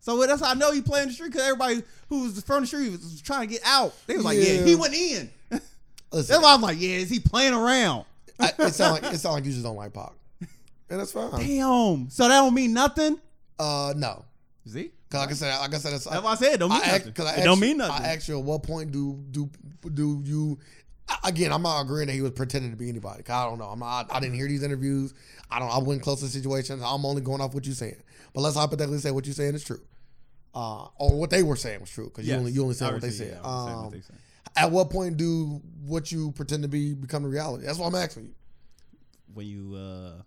Speaker 1: So that's how I know you playing the street because everybody who was from the street was trying to get out. They was like, yeah,
Speaker 2: Yeah.
Speaker 1: he went in.
Speaker 2: Listen,
Speaker 1: That's why I'm like, yeah, is he playing around?
Speaker 2: I, it sound like it sound like you just don't like Pac, and that's fine.
Speaker 1: Damn. So that don't mean nothing.
Speaker 2: Uh, no,
Speaker 1: See,
Speaker 2: because like I said, like I said, it's,
Speaker 1: that's why I said it don't mean
Speaker 2: I act-
Speaker 1: nothing.
Speaker 2: 'cause I
Speaker 1: it don't
Speaker 2: asked-
Speaker 1: mean nothing.
Speaker 2: I asked you at what point do do do you? I- Again, I'm not agreeing that he was pretending to be anybody. 'Cause I don't know. I'm not, I didn't hear these interviews. I don't. I wasn't close to the situation. I'm only going off what you're saying. But let's hypothetically say what you're saying is true, uh, or what they were saying was true. Because you
Speaker 1: Yes.
Speaker 2: only you only said what they
Speaker 1: Obviously,
Speaker 2: said.
Speaker 1: yeah, I only said what
Speaker 2: Um,
Speaker 1: they said.
Speaker 2: At what point do what you pretend to be become a reality? That's what I'm asking you.
Speaker 1: when you uh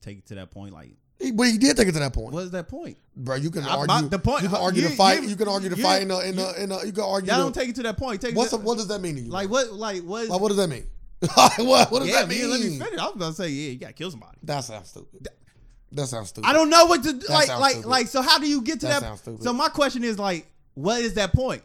Speaker 1: take it to that point, like
Speaker 2: He- But he did take it to that point,
Speaker 1: what is that point?
Speaker 2: bro. You can
Speaker 1: I-
Speaker 2: argue
Speaker 1: my- the point- uh,
Speaker 2: You can argue
Speaker 1: you-
Speaker 2: the fight.
Speaker 1: you-
Speaker 2: You, can argue the
Speaker 1: you-
Speaker 2: fight in the in the in the. You can argue.
Speaker 1: Y'all don't
Speaker 2: The,
Speaker 1: take it to that point. Take it
Speaker 2: what's
Speaker 1: to,
Speaker 2: the, what does that mean to you?
Speaker 1: like what like what? Is,
Speaker 2: Like, what does that mean? like, what, what does
Speaker 1: yeah,
Speaker 2: that mean?
Speaker 1: man, let me finish. I was gonna say yeah, you gotta kill somebody.
Speaker 2: That sounds stupid. That sounds stupid.
Speaker 1: I don't know what to do. like
Speaker 2: sounds
Speaker 1: like
Speaker 2: stupid.
Speaker 1: like. So how do you get to
Speaker 2: That
Speaker 1: that?
Speaker 2: sounds stupid.
Speaker 1: So my question is like, what is that point?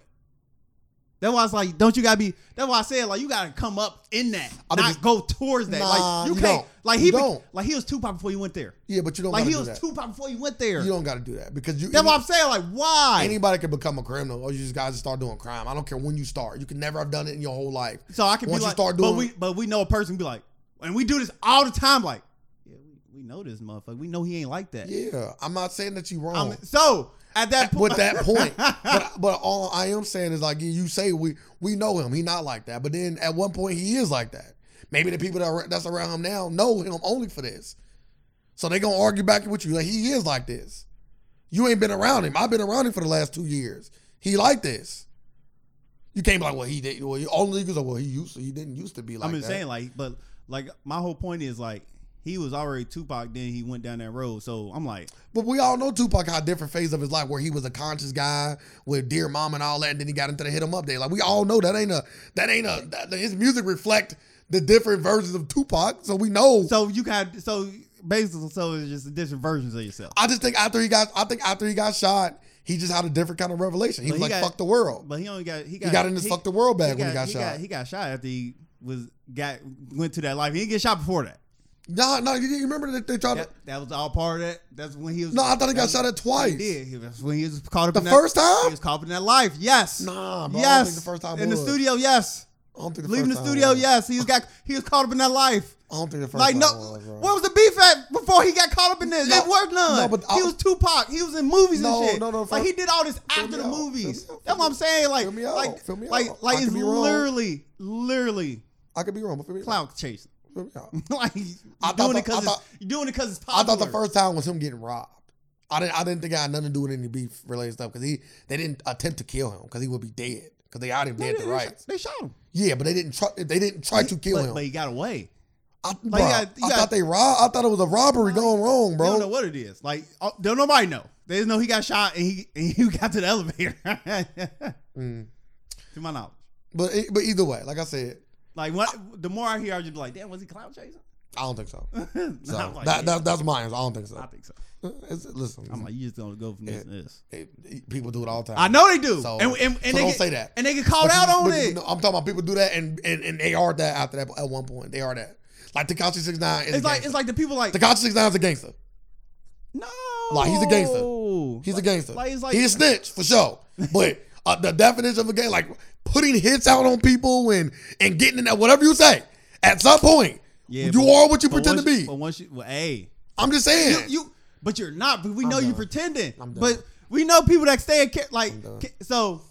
Speaker 1: That's why I was like, don't you gotta be? That's why I said like you gotta come up in that,
Speaker 2: I
Speaker 1: not
Speaker 2: mean,
Speaker 1: go towards that.
Speaker 2: Nah,
Speaker 1: like you
Speaker 2: you
Speaker 1: can't.
Speaker 2: don't.
Speaker 1: Like he
Speaker 2: You
Speaker 1: be-
Speaker 2: don't.
Speaker 1: like he was Tupac before he went there.
Speaker 2: Yeah, but you don't
Speaker 1: Like
Speaker 2: gotta
Speaker 1: he
Speaker 2: do
Speaker 1: was
Speaker 2: that.
Speaker 1: Tupac before he went there.
Speaker 2: You don't got to do that because you.
Speaker 1: That's why I'm saying like why?
Speaker 2: Anybody can become a criminal, or you just guys start doing crime. I don't care when you start. You can never have done it in your whole life.
Speaker 1: So I can
Speaker 2: Once
Speaker 1: be
Speaker 2: you
Speaker 1: like,
Speaker 2: start
Speaker 1: but
Speaker 2: doing-
Speaker 1: we but we know a person be like, and we do this all the time. Like, yeah, we, we know this motherfucker. We know he ain't like that.
Speaker 2: Yeah, I'm not saying that you're wrong.
Speaker 1: Um, so at that point,
Speaker 2: with that point. but, but all I am saying is like you say we we know him. He not like that. But then at one point he is like that. Maybe the people that are, that's around him now know him only for this. So they gonna argue back with you like he is like this. You ain't been around him. I've been around him for the last two years. He like this. You can't be like, well, he did. Well, you- only because well, he used to. He didn't used to be like
Speaker 1: I'm just
Speaker 2: that.
Speaker 1: saying like, but like my whole point is like he was already Tupac. Then he went down that road. So I'm like,
Speaker 2: But we all know Tupac had a different phase of his life where he was a conscious guy with Dear Mom and all that, and then he got into the Hit 'Em Up Day. Like we all know that ain't a that ain't a that- his music reflect the different versions of Tupac, so we know.
Speaker 1: so you got so basically, so it's just different versions of yourself.
Speaker 2: I just think after he got, I think after he got shot, he just had a different kind of revelation. He
Speaker 1: But
Speaker 2: was
Speaker 1: he
Speaker 2: like,
Speaker 1: got-
Speaker 2: "Fuck the world."
Speaker 1: But he only got he got
Speaker 2: He got in his "Fuck the World" bag when he got shot.
Speaker 1: He got shot after he was got went to that life. He didn't get shot before that.
Speaker 2: Nah, nah, you, you remember that they tried
Speaker 1: That, that was all part of that. That's when he was.
Speaker 2: to? No, I thought he got
Speaker 1: that-
Speaker 2: shot at
Speaker 1: He
Speaker 2: twice.
Speaker 1: did. He was, when he was caught up
Speaker 2: The
Speaker 1: in
Speaker 2: first
Speaker 1: that,
Speaker 2: time?
Speaker 1: He was caught up in that life. Yes.
Speaker 2: Nah, bro, I don't
Speaker 1: yes.
Speaker 2: think the first time
Speaker 1: in the
Speaker 2: was.
Speaker 1: studio. Yes.
Speaker 2: I don't think the
Speaker 1: Leaving the
Speaker 2: first time
Speaker 1: studio.
Speaker 2: was.
Speaker 1: Yes. He was got. He was caught up in that life.
Speaker 2: I don't think the first
Speaker 1: Like
Speaker 2: time
Speaker 1: no,
Speaker 2: was, bro.
Speaker 1: where was the beef at before he got caught up in this?
Speaker 2: No,
Speaker 1: it was none.
Speaker 2: no, but
Speaker 1: he
Speaker 2: I-
Speaker 1: was Tupac. He was in movies
Speaker 2: No,
Speaker 1: and shit.
Speaker 2: no, no,
Speaker 1: like
Speaker 2: fir-
Speaker 1: he did all this after
Speaker 2: me
Speaker 1: the
Speaker 2: out, fill
Speaker 1: movies.
Speaker 2: me out,
Speaker 1: That's what I'm saying. Like,
Speaker 2: fill me out,
Speaker 1: like,
Speaker 2: fill me
Speaker 1: like,
Speaker 2: out. I
Speaker 1: like,
Speaker 2: could
Speaker 1: it's
Speaker 2: be wrong.
Speaker 1: literally, literally
Speaker 2: I could be wrong, but feel me out.
Speaker 1: clout chasing.
Speaker 2: Feel me out.
Speaker 1: like, you
Speaker 2: I thought
Speaker 1: doing it
Speaker 2: the- I
Speaker 1: because
Speaker 2: thought-
Speaker 1: you doing it because it's
Speaker 2: I
Speaker 1: popular.
Speaker 2: thought the first time was him getting robbed. I didn't. I didn't think I had nothing to do with any beef related stuff because he they didn't attempt to kill him because he would be dead because they out him
Speaker 1: they,
Speaker 2: dead to
Speaker 1: they-
Speaker 2: rights.
Speaker 1: They shot him.
Speaker 2: Yeah, but they didn't try. They didn't try to kill
Speaker 1: but,
Speaker 2: him.
Speaker 1: but he got away.
Speaker 2: I,
Speaker 1: like, you
Speaker 2: bruh,
Speaker 1: got- you
Speaker 2: I
Speaker 1: got-
Speaker 2: thought they robbed. I thought it was a robbery going wrong,
Speaker 1: They don't know
Speaker 2: bro.
Speaker 1: what it is. Like, oh, don't nobody know. They just know he got shot and he and he got to the elevator. to
Speaker 2: Mm.
Speaker 1: my knowledge,
Speaker 2: But it- but either way, like I said,
Speaker 1: like what, the more I hear, I just be like, damn, was he cloud chasing?
Speaker 2: I don't think so.
Speaker 1: And
Speaker 2: So
Speaker 1: I'm like,
Speaker 2: that,
Speaker 1: yeah,
Speaker 2: that, that's my answer. I don't think
Speaker 1: I
Speaker 2: so.
Speaker 1: think so.
Speaker 2: It's- listen,
Speaker 1: I'm like, you just gonna go from this and this.
Speaker 2: it- it- people do it all the time.
Speaker 1: I know they do,
Speaker 2: So-
Speaker 1: and and, and
Speaker 2: so
Speaker 1: they
Speaker 2: don't
Speaker 1: get,
Speaker 2: say that.
Speaker 1: and they get called
Speaker 2: But
Speaker 1: out
Speaker 2: you-
Speaker 1: on
Speaker 2: but you
Speaker 1: it.
Speaker 2: know, I'm talking about people do that and, and, and they are that after that at one point. They are that. Like Takashi 69 is
Speaker 1: it's like it's like the people like
Speaker 2: Takashi 69 is a gangster.
Speaker 1: no,
Speaker 2: Like, he's a gangster. He's
Speaker 1: He's
Speaker 2: a gangster.
Speaker 1: like, it's like-
Speaker 2: He's a snitch for sure. But uh, the definition of a gang, like putting hits out on people and and getting in that whatever you say, at some point,
Speaker 1: Yeah,
Speaker 2: you
Speaker 1: but-
Speaker 2: are what you
Speaker 1: but
Speaker 2: pretend to
Speaker 1: once-
Speaker 2: be.
Speaker 1: But once you, well, hey,
Speaker 2: I'm just
Speaker 1: you,
Speaker 2: saying.
Speaker 1: you but you're not. But we
Speaker 2: I'm
Speaker 1: know you
Speaker 2: done.
Speaker 1: pretending.
Speaker 2: I'm done.
Speaker 1: But we know people that stay in char- like
Speaker 2: I'm done.
Speaker 1: ca- so.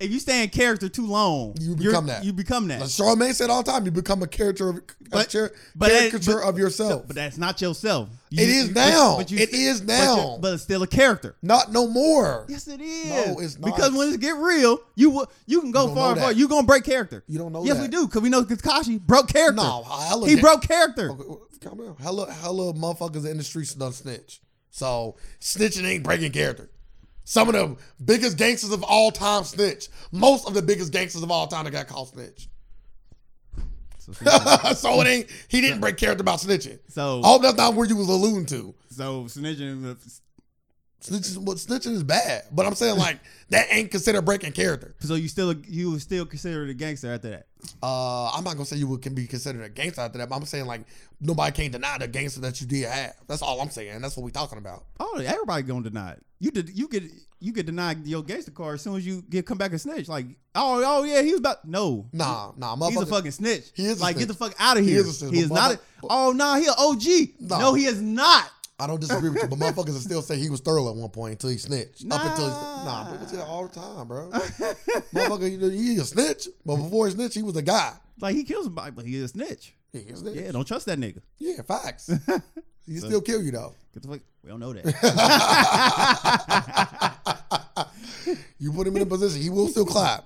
Speaker 1: If you stay in character too long,
Speaker 2: You
Speaker 1: you're-
Speaker 2: become that.
Speaker 1: You become that.
Speaker 2: Like Charlamagne said all the time, you become a character of a
Speaker 1: But-
Speaker 2: char-
Speaker 1: but it-
Speaker 2: caricature
Speaker 1: but-
Speaker 2: of yourself.
Speaker 1: But that's not yourself. You-
Speaker 2: It is
Speaker 1: you-
Speaker 2: now. It
Speaker 1: sti-
Speaker 2: is
Speaker 1: but you're-
Speaker 2: now.
Speaker 1: But it's still a character.
Speaker 2: Not no more.
Speaker 1: Yes, it is.
Speaker 2: No, it's not.
Speaker 1: Because when it get real, you will you can
Speaker 2: You
Speaker 1: go
Speaker 2: don't
Speaker 1: far
Speaker 2: know
Speaker 1: and far.
Speaker 2: that.
Speaker 1: You gonna break character.
Speaker 2: You don't know
Speaker 1: Yes,
Speaker 2: that.
Speaker 1: we do. Cause we know Kakashi broke character.
Speaker 2: No, hella
Speaker 1: he
Speaker 2: gang-
Speaker 1: broke character.
Speaker 2: Okay, well, Calm down. Hella, hella motherfuckers in the streets don't snitch. So snitching ain't breaking character. Some of the biggest gangsters of all time snitch. Most of the biggest gangsters of all time that got called snitch.
Speaker 1: So,
Speaker 2: so it ain't he didn't break character about snitching.
Speaker 1: so,
Speaker 2: I hope that's not where you was alluding to.
Speaker 1: so snitching. uh,
Speaker 2: Snitching, well, snitching is bad, but I'm saying like that ain't considered breaking character.
Speaker 1: So you still you was still considered a gangster after that.
Speaker 2: Uh, I'm not gonna say you would- can be considered a gangster after that, but I'm saying like nobody can deny the gangster that you did have. That's all I'm saying. That's what we talking about.
Speaker 1: Oh, everybody gonna deny it. You did. You get. You get denied your gangster card as soon as you get come back and snitch. Like, oh, oh yeah, he was about no.
Speaker 2: Nah, nah,
Speaker 1: He's a
Speaker 2: motherfucker.
Speaker 1: fucking snitch.
Speaker 2: He is a
Speaker 1: like,
Speaker 2: snitch.
Speaker 1: get the fuck out of
Speaker 2: He
Speaker 1: here. He
Speaker 2: is a
Speaker 1: is,
Speaker 2: snitch, but
Speaker 1: not. A,
Speaker 2: motherfucker-
Speaker 1: oh, nah, he an OG.
Speaker 2: No.
Speaker 1: no, he is not.
Speaker 2: I don't disagree with you, but motherfuckers will still say he was thorough at one point until he snitched. Up until he,
Speaker 1: Nah.
Speaker 2: nah, people say that all the time, bro. Motherfucker, you know, he a snitch, but before he snitched, he was a guy.
Speaker 1: Like he kills somebody, but he is a snitch.
Speaker 2: He a snitch.
Speaker 1: Yeah, don't trust that nigga.
Speaker 2: Yeah, facts. He still kill you though.
Speaker 1: Get the fuck. We don't know that.
Speaker 2: You put him in a position, he will still clap.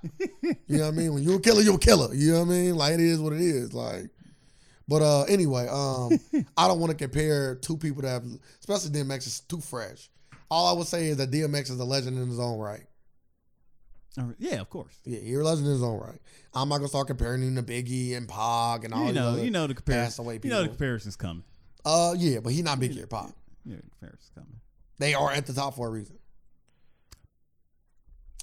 Speaker 2: You know what I mean? When you're a killer, you're a killer. You know what I mean? Like it is what it is. Like, but uh, anyway, um, I don't want to compare two people that have, especially DMX is too fresh. All I would say is that DMX is a legend in his own right.
Speaker 1: All right. yeah, of course.
Speaker 2: Yeah, he's a legend in his own right. I'm not gonna start comparing him to Biggie and Pog and all.
Speaker 1: you
Speaker 2: these
Speaker 1: know,
Speaker 2: other-
Speaker 1: you know the
Speaker 2: passed away
Speaker 1: comparison. You know the
Speaker 2: people.
Speaker 1: comparison's coming.
Speaker 2: Uh, yeah, but he's not Biggie or Pog.
Speaker 1: You know the comparison's coming.
Speaker 2: They are at the top for a reason.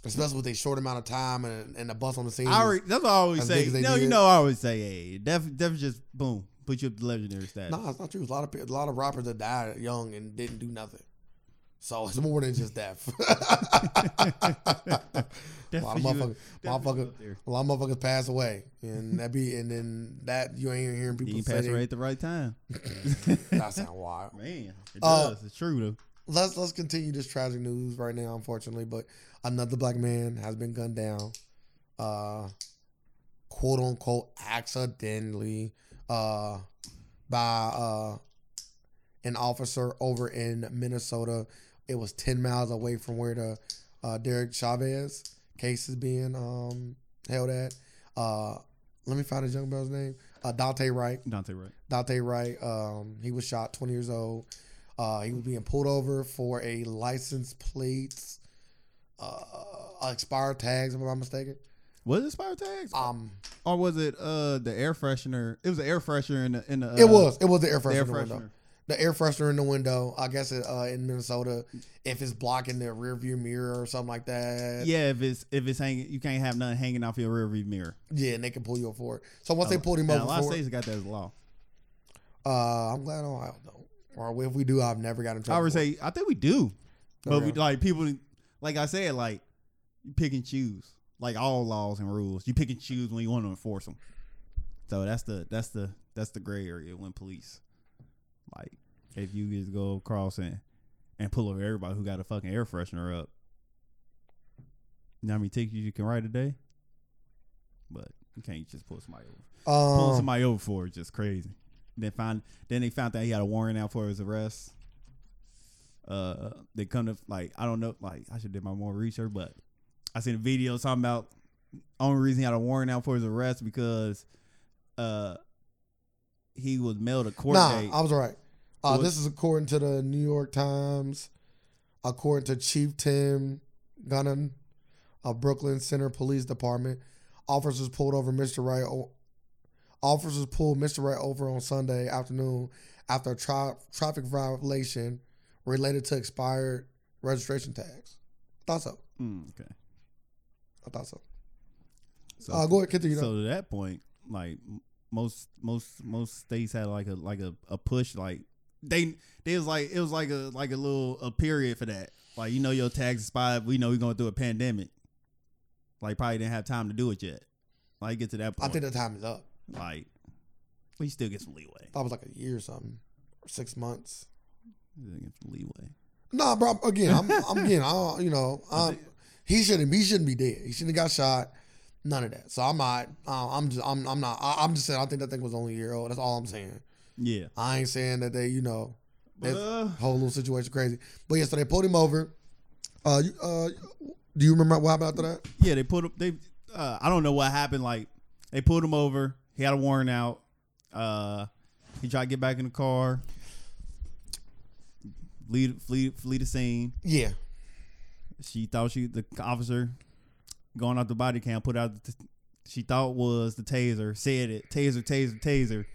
Speaker 2: Especially with a short amount of time and, and the bus on the scene.
Speaker 1: I already, that's what I always
Speaker 2: As
Speaker 1: say.
Speaker 2: big as they
Speaker 1: No, you
Speaker 2: did.
Speaker 1: know I always say, hey, def, def just boom, put you up to legendary status.
Speaker 2: Nah, it's not true. A lot of pe- a lot of rappers that died young and didn't do nothing. So it's more than just death. a lot of
Speaker 1: Definitely- definitely
Speaker 2: motherfuckers, motherfuckers,
Speaker 1: up there.
Speaker 2: a lot of motherfuckers pass away, and that be and then that you ain't hearing
Speaker 1: You
Speaker 2: people
Speaker 1: ain't
Speaker 2: say
Speaker 1: pass away
Speaker 2: they,
Speaker 1: at the right time.
Speaker 2: that sound wild.
Speaker 1: Man, it
Speaker 2: Uh,
Speaker 1: does. It's true though.
Speaker 2: Let's let's continue this tragic news right now, unfortunately. But another black man has been gunned down, uh, quote unquote, accidentally, uh, by uh, an officer over in Minnesota. It was ten miles away from where the uh, Derek Chavez case is being um, held at. Uh, let me find his young brother's name. Uh, Dante Wright.
Speaker 1: Dante right.
Speaker 2: Dante Wright. Um, he was shot 20 years old. Uh, he was being pulled over for a license plates, uh, expired tags, if I'm not mistaken.
Speaker 1: Was it Spire Tags?
Speaker 2: Um,
Speaker 1: or was it uh the air freshener? It was the air freshener in the in the uh,
Speaker 2: it was it was the air
Speaker 1: the
Speaker 2: freshener,
Speaker 1: air
Speaker 2: in the window.
Speaker 1: freshener.
Speaker 2: The air freshener in the window. I guess it, uh, in Minnesota, if it's blocking the rearview mirror or something like that.
Speaker 1: Yeah, if it's if it's hanging, you can't have nothing hanging off your rearview mirror.
Speaker 2: yeah, and they can pull you over. for it. So once they
Speaker 1: Now,
Speaker 2: pulled him
Speaker 1: now,
Speaker 2: over,
Speaker 1: A lot of
Speaker 2: for it,
Speaker 1: states got that as law.
Speaker 2: uh, I'm glad Ohio don't. Or if we do, I've never gotten in trouble.
Speaker 1: I would
Speaker 2: for it.
Speaker 1: say I think we do, but we,
Speaker 2: Okay.
Speaker 1: like people, like I said, like you pick and choose, like all laws and rules. You pick and choose when you want to enforce them. So that's the that's the that's the gray area when police, like if you just go across and and pull over everybody who got a fucking air freshener up. You know how many tickets you can write a day? But you can't just pull somebody over. Pulling
Speaker 2: um,
Speaker 1: somebody over for it is just crazy. Then find then they found out he had a warrant out for his arrest. Uh, they come to like I don't know like I should do my more research, but I seen a video talking about only reason he had a warrant out for his arrest because uh he was mailed a court
Speaker 2: nah,
Speaker 1: date.
Speaker 2: I was right. Uh,
Speaker 1: What-
Speaker 2: this is according to the New York Times, according to Chief Tim Gunnan of Brooklyn Center Police Department. Officers pulled over Mr. Wright o- Officers pulled Mr. Ray over on Sunday afternoon after a tra- traffic violation related to expired registration tags. Thought so.
Speaker 1: Mm, okay.
Speaker 2: I thought so.
Speaker 1: So,
Speaker 2: Uh, go ahead, continue. though.
Speaker 1: so to that point, like m- most most most states had like a like a, a push like they they was like it was like a like a little a period for that. Like you know your tax expired. We know we're going through a pandemic. Like probably didn't have time to do it yet. Like get to that
Speaker 2: I
Speaker 1: point.
Speaker 2: think the time is up.
Speaker 1: like we still get some leeway.
Speaker 2: That was like a year or something, or six months.
Speaker 1: We still get some leeway.
Speaker 2: Nah, bro. Again, I'm, I'm again. I don't, you know, um, he shouldn't. He shouldn't be dead. He shouldn't have got shot. None of that. So I'm not. Uh, I'm just. I'm. I'm not. I, I'm just saying. I think that thing was only a year old. That's all I'm saying.
Speaker 1: Yeah.
Speaker 2: I ain't saying that they. You know,
Speaker 1: But,
Speaker 2: That's-
Speaker 1: uh,
Speaker 2: whole little situation crazy. But yeah, so they pulled him over. Uh, you, uh, do you remember what happened after that?
Speaker 1: yeah, they put him. They uh, I don't know what happened. Like they pulled him over. He had a warrant out. Uh, he tried to get back in the car. Flee, flee, flee the scene.
Speaker 2: Yeah.
Speaker 1: She thought she the officer going out the body cam put out. The t- she thought was the taser. Said it taser, taser, taser.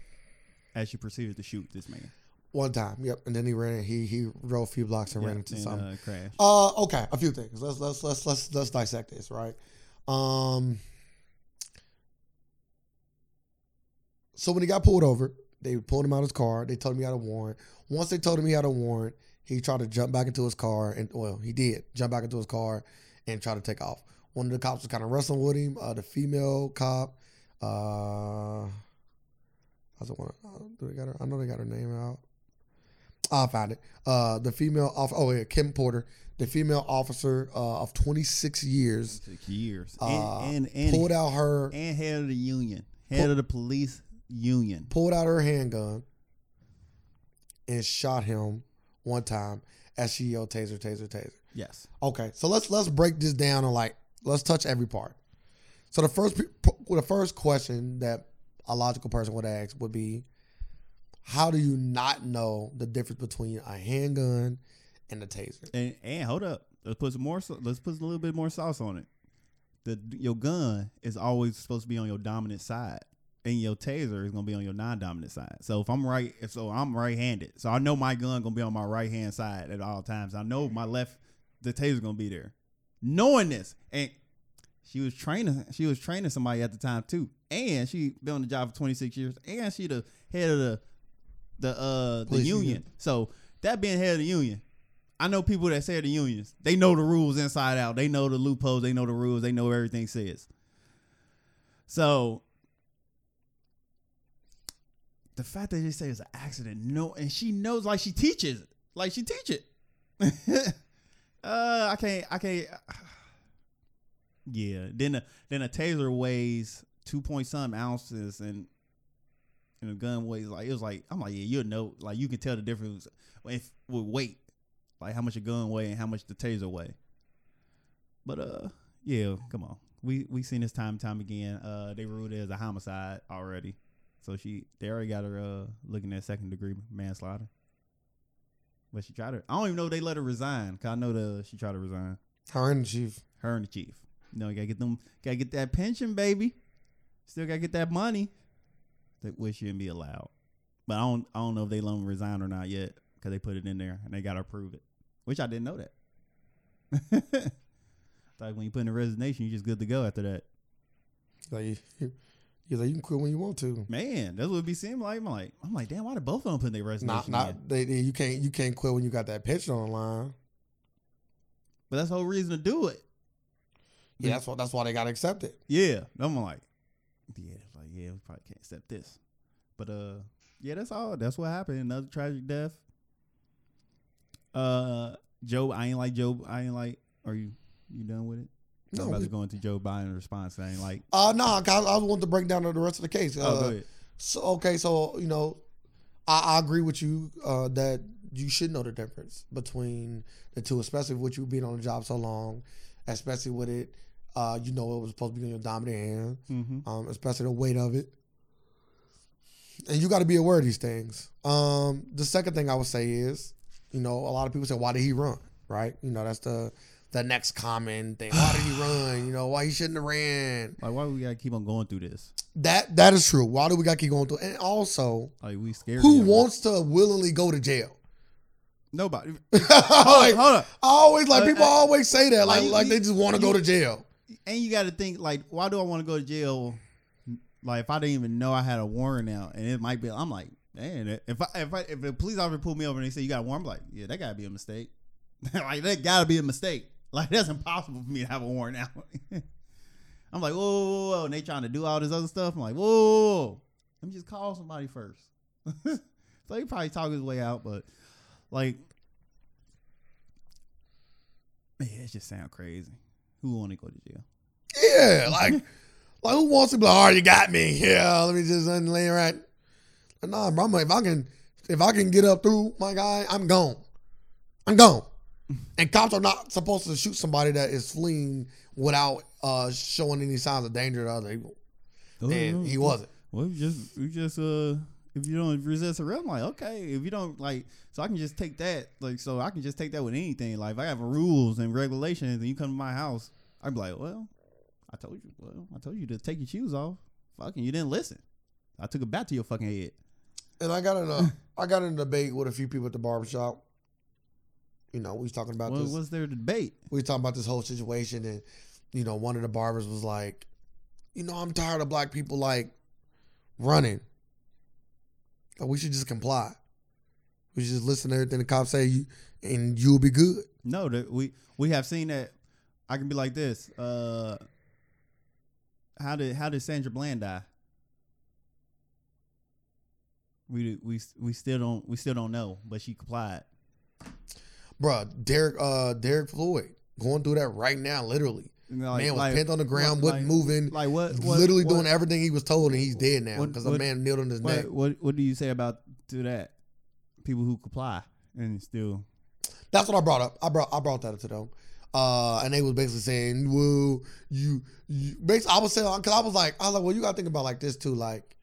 Speaker 1: As she proceeded to shoot this man,
Speaker 2: One time. Yep. And then he ran. He he drove a few blocks and
Speaker 1: Yeah,
Speaker 2: ran into
Speaker 1: and,
Speaker 2: something.
Speaker 1: uh, crash.
Speaker 2: Uh, okay, a few things. Let's let's let's let's let's dissect this, right? Um, so when he got pulled over, they pulled him out of his car. They told him he had a warrant. Once they told him he had a warrant, he tried to jump back into his car, and well, he did jump back into his car and try to take off. One of the cops was kind of wrestling with him. Uh, the female cop, uh, I don't want to. uh, Do they got her? I know they got her name out. I found it. Uh, the female off. Oh yeah, Kim Porter, the female officer uh, of 26 years,
Speaker 1: Six years.
Speaker 2: uh,
Speaker 1: and and and,
Speaker 2: pulled out her
Speaker 1: and head of the union, head of the police union.
Speaker 2: pulled out her handgun and shot him one time as she yelled taser, taser, taser.
Speaker 1: Yes.
Speaker 2: Okay, so let's let's break this down and like let's touch every part. So the first pe- p- well, the first question that a logical person would ask would be, how do you not know the difference between a handgun and a taser?
Speaker 1: And and hold up, let's put some more. sau- Let's put a little bit more sauce on it. The your gun is always supposed to be on your dominant side, and your taser is gonna be on your non-dominant side. So if I'm right, if so I'm right-handed, so I know my gun gonna be on my right-hand side at all times. I know my left, the taser gonna be there. Knowing this, and she was training, she was training somebody at the time too, and she been on the job for 26 years, and she the head of the the uh the
Speaker 2: Police
Speaker 1: union.
Speaker 2: union.
Speaker 1: So that being head of the union, I know people that say the unions. They know the rules inside out. They know the loopholes. They know the rules. They know everything says. So the fact that they say it's an accident, no, and she knows, like she teaches, like she teach it. uh, I can't, I can't. Yeah. Then a then a taser weighs two point some ounces, and and a gun weighs like it was like I'm like yeah, you'll know, like you can tell the difference if with weight like how much a gun weigh and how much the taser weigh. But uh, yeah, come on, we we seen this time and time again. Uh, they ruled it as a homicide already, so she they already got her uh looking at second degree manslaughter. But she tried to. I don't even know if they let her resign. Cause I know the she tried to resign.
Speaker 2: Her and the chief.
Speaker 1: Her and the chief. You know, you gotta get them. Gotta get that pension, baby. Still gotta get that money. That which shouldn't be allowed. But I don't. I don't know if they let them resign or not yet. Cause they put it in there and they gotta approve it. Which I didn't know that. like when you put in a resignation, you're just good to go after that.
Speaker 2: Like you, you like you can quit when you want to.
Speaker 1: Man, that's what it be seeming like. I'm like, I'm like, damn, why did both of them put their
Speaker 2: Not
Speaker 1: resignation? in?
Speaker 2: not they, they- you can't you can't quit when you got that pension on the line.
Speaker 1: But that's the whole reason to do it.
Speaker 2: Yeah, that's why that's why they got accepted.
Speaker 1: Yeah. I'm like, yeah, it's like, yeah, we probably can't accept this. But uh yeah, that's all. That's what happened. Another tragic death. Uh Joe, I ain't like Joe I ain't like are you you done with it?
Speaker 2: No,
Speaker 1: I'm about
Speaker 2: we-
Speaker 1: to go into Joe Biden's response. I ain't like
Speaker 2: Uh no, I, I want to break down the rest of the case.
Speaker 1: Oh, go
Speaker 2: Uh,
Speaker 1: ahead.
Speaker 2: so okay, so you know, I, I agree with you uh, that you should know the difference between the two, especially with you being on the job so long, especially with it. Uh, you know, it was supposed to be on your dominant hand,
Speaker 1: Mm-hmm.
Speaker 2: um, especially the weight of it. And you got to be aware of these things. Um, the second thing I would say is, you know, a lot of people say, "Why did he run?" Right? You know, that's the the next common thing. Why did he run? You know, why he shouldn't have ran.
Speaker 1: Like, why we gotta keep on going through this?
Speaker 2: That that is true. Why do we got to keep going through? And also,
Speaker 1: Like, we scared.
Speaker 2: who
Speaker 1: of him.
Speaker 2: wants to willingly go to jail?
Speaker 1: Nobody.
Speaker 2: like, I
Speaker 1: Hold up.
Speaker 2: always like
Speaker 1: Uh,
Speaker 2: people
Speaker 1: uh,
Speaker 2: always say that like
Speaker 1: you-
Speaker 2: like
Speaker 1: you-
Speaker 2: they just want to go to jail.
Speaker 1: And you gotta think like, why do I want to go to jail? Like, if I didn't even know I had a warrant out, and it might be, I'm like, man, if I if I if the police officer pulled me over and they say you got a warrant, I'm like, yeah, that gotta be a mistake. like, that gotta be a mistake. Like, that's impossible for me to have a warrant out. I'm like, whoa, whoa, whoa, and they trying to do all this other stuff. I'm like, whoa, whoa, whoa. let me just call somebody first. so he probably talked his way out, but like, man, it just sound crazy. Who want to go to jail?
Speaker 2: Yeah, like like who wants to be like, oh, you got me. Yeah, let me just lay right. Nah, bro. I'm like, if I can if I can get up through my guy, I'm gone. I'm gone. And cops are not supposed to shoot somebody that is fleeing without uh, showing any signs of danger to other people. And
Speaker 1: Mm-hmm.
Speaker 2: he wasn't.
Speaker 1: Well, you just you just uh, if you don't resist a I'm like, okay, if you don't like, so I can just take that, like, so I can just take that with anything. Like, if I have rules and regulations, and you come to my house, I'm like, well, I told you, well, I told you to take your shoes off. Fucking, you didn't listen. I took it back to your fucking head.
Speaker 2: And I got in a I got in a debate with a few people at the barbershop. You know, we was talking about
Speaker 1: What
Speaker 2: this.
Speaker 1: was their debate?
Speaker 2: we were talking about this whole situation and you know one of the barbers was like you know i'm tired of black people like running Like, we should just comply we should just listen to everything the cops say you, and you'll be good
Speaker 1: No, that we we have seen that. I can be like this. Uh, how did how did Sandra Bland die? We we we still don't we still don't know, but she complied.
Speaker 2: bruh derek uh derek floyd going through that right now literally
Speaker 1: You know, like-
Speaker 2: man was
Speaker 1: like-
Speaker 2: pinned on the ground wasn't
Speaker 1: like-
Speaker 2: moving
Speaker 1: Like what? what
Speaker 2: literally
Speaker 1: what,
Speaker 2: doing everything he was told and he's dead now
Speaker 1: what-
Speaker 2: because a
Speaker 1: what-
Speaker 2: man kneeled on his neck
Speaker 1: What, what what do you say about to that? People who comply and still
Speaker 2: That's what I brought up. I brought I brought that up to them, uh, and they was basically saying, "Well, you, you basically." I was saying because I was like, I was like, "Well, you got to think about like this too, like,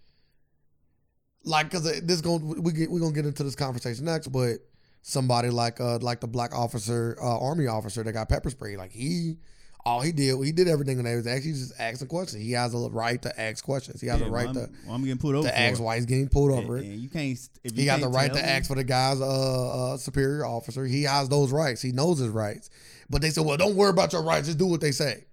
Speaker 2: like because this going we get, we gonna get into this conversation next, but somebody like uh like the black officer, uh, army officer that got pepper sprayed, like he. All he did, he did everything, and they was actually just asking questions. He has a right to ask questions. He has
Speaker 1: Yeah,
Speaker 2: a
Speaker 1: well,
Speaker 2: right
Speaker 1: I'm,
Speaker 2: to,
Speaker 1: well, I'm getting pulled over.
Speaker 2: to
Speaker 1: for
Speaker 2: ask
Speaker 1: it.
Speaker 2: why he's getting pulled
Speaker 1: And-
Speaker 2: over.
Speaker 1: and you can't. st- If you
Speaker 2: He got the
Speaker 1: can't
Speaker 2: right to
Speaker 1: tell me-
Speaker 2: ask for the guy's uh, uh, superior officer. He has those rights. He knows his rights. But they said, "Well, don't worry about your rights. Just do what they say."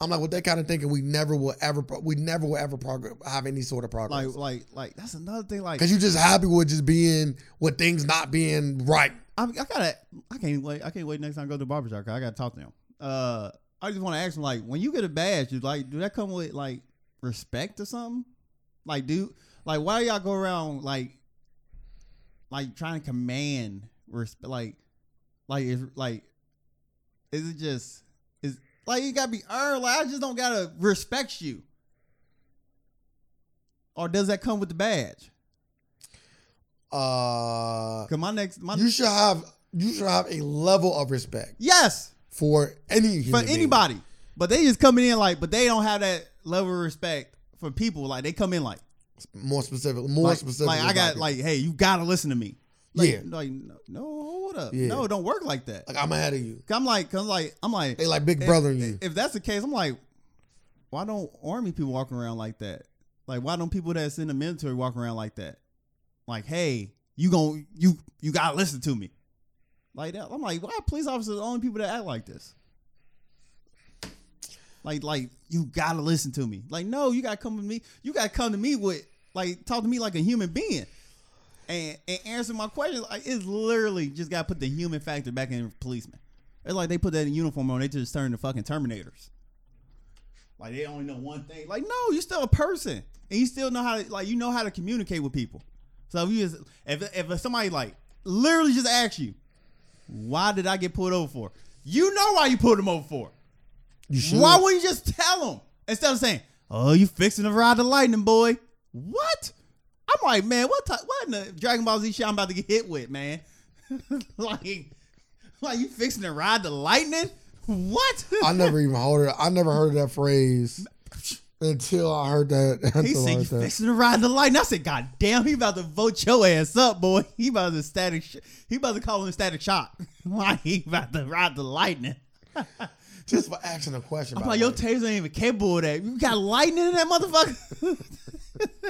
Speaker 2: I'm like, "With that kind of thinking, we never will ever, pro- we never will ever progress, have any sort of progress.
Speaker 1: Like like like that's another thing. Like
Speaker 2: Because you're just happy with just being with things not being right."
Speaker 1: I, I gotta. I can't wait. I can't wait next time I go to the barbershop. Cause I gotta talk to him. Uh, I just want to ask him like, when you get a badge, do like, do that come with like respect or something? Like, do like why y'all go around like, like trying to command respect? Like, like is like, is it just is like you gotta be earned? Like I just don't gotta respect you. Or does that come with the badge?
Speaker 2: Uh,
Speaker 1: Cause my next my
Speaker 2: you should have you should have a level of respect
Speaker 1: yes.
Speaker 2: for any
Speaker 1: for
Speaker 2: human being.
Speaker 1: anybody. But they just coming in like, but they don't have that level of respect for people. Like they come in like,
Speaker 2: More specific, more
Speaker 1: like,
Speaker 2: specific.
Speaker 1: like I got like, hey, you gotta listen to me. Like,
Speaker 2: Yeah.
Speaker 1: like no, no, hold up,
Speaker 2: Yeah.
Speaker 1: no, it don't work like that.
Speaker 2: like I'm ahead of you.
Speaker 1: 'Cause I'm like, cause I'm like, I'm like,
Speaker 2: They like big brother in you.
Speaker 1: if that's the case, I'm like, why don't army people walk around like that? Like, why don't people that's in the military walk around like that? Like, hey, you gon' you you gotta listen to me, like that. I'm like, why are police officers the only people that act like this? Like, like you gotta listen to me. Like, no, you gotta come to me. You gotta come to me with like talk to me like a human being. And, and answer my questions. Like it's literally just gotta put the human factor back in policemen. It's like they put that in uniform on. They just turn to fucking Terminators. Like they only know one thing. Like no, you're still a person, and you still know how to like you know how to communicate with people. So if you just if if somebody like literally just asks you, why did I get pulled over for? You know why you pulled them over for.
Speaker 2: You should.
Speaker 1: Why wouldn't you just tell them instead of saying, "Oh, you fixing to ride the lightning, boy"? What? I'm like, man, what type, what in the Dragon Ball Z shit I'm about to get hit with, man? like, like you fixing to ride the lightning? What?
Speaker 2: I never even heard it. I never heard that phrase until I heard that.
Speaker 1: he
Speaker 2: Until I
Speaker 1: said you
Speaker 2: heard that.
Speaker 1: fixing to ride the lightning. I said, God damn, he about to vote your ass up, boy. He about to static. Sh- he about to call him static shock. like he about to ride the lightning.
Speaker 2: just for asking a question.
Speaker 1: I'm
Speaker 2: by
Speaker 1: like,
Speaker 2: the
Speaker 1: your
Speaker 2: way.
Speaker 1: taser ain't even capable of that. You got lightning in that motherfucker.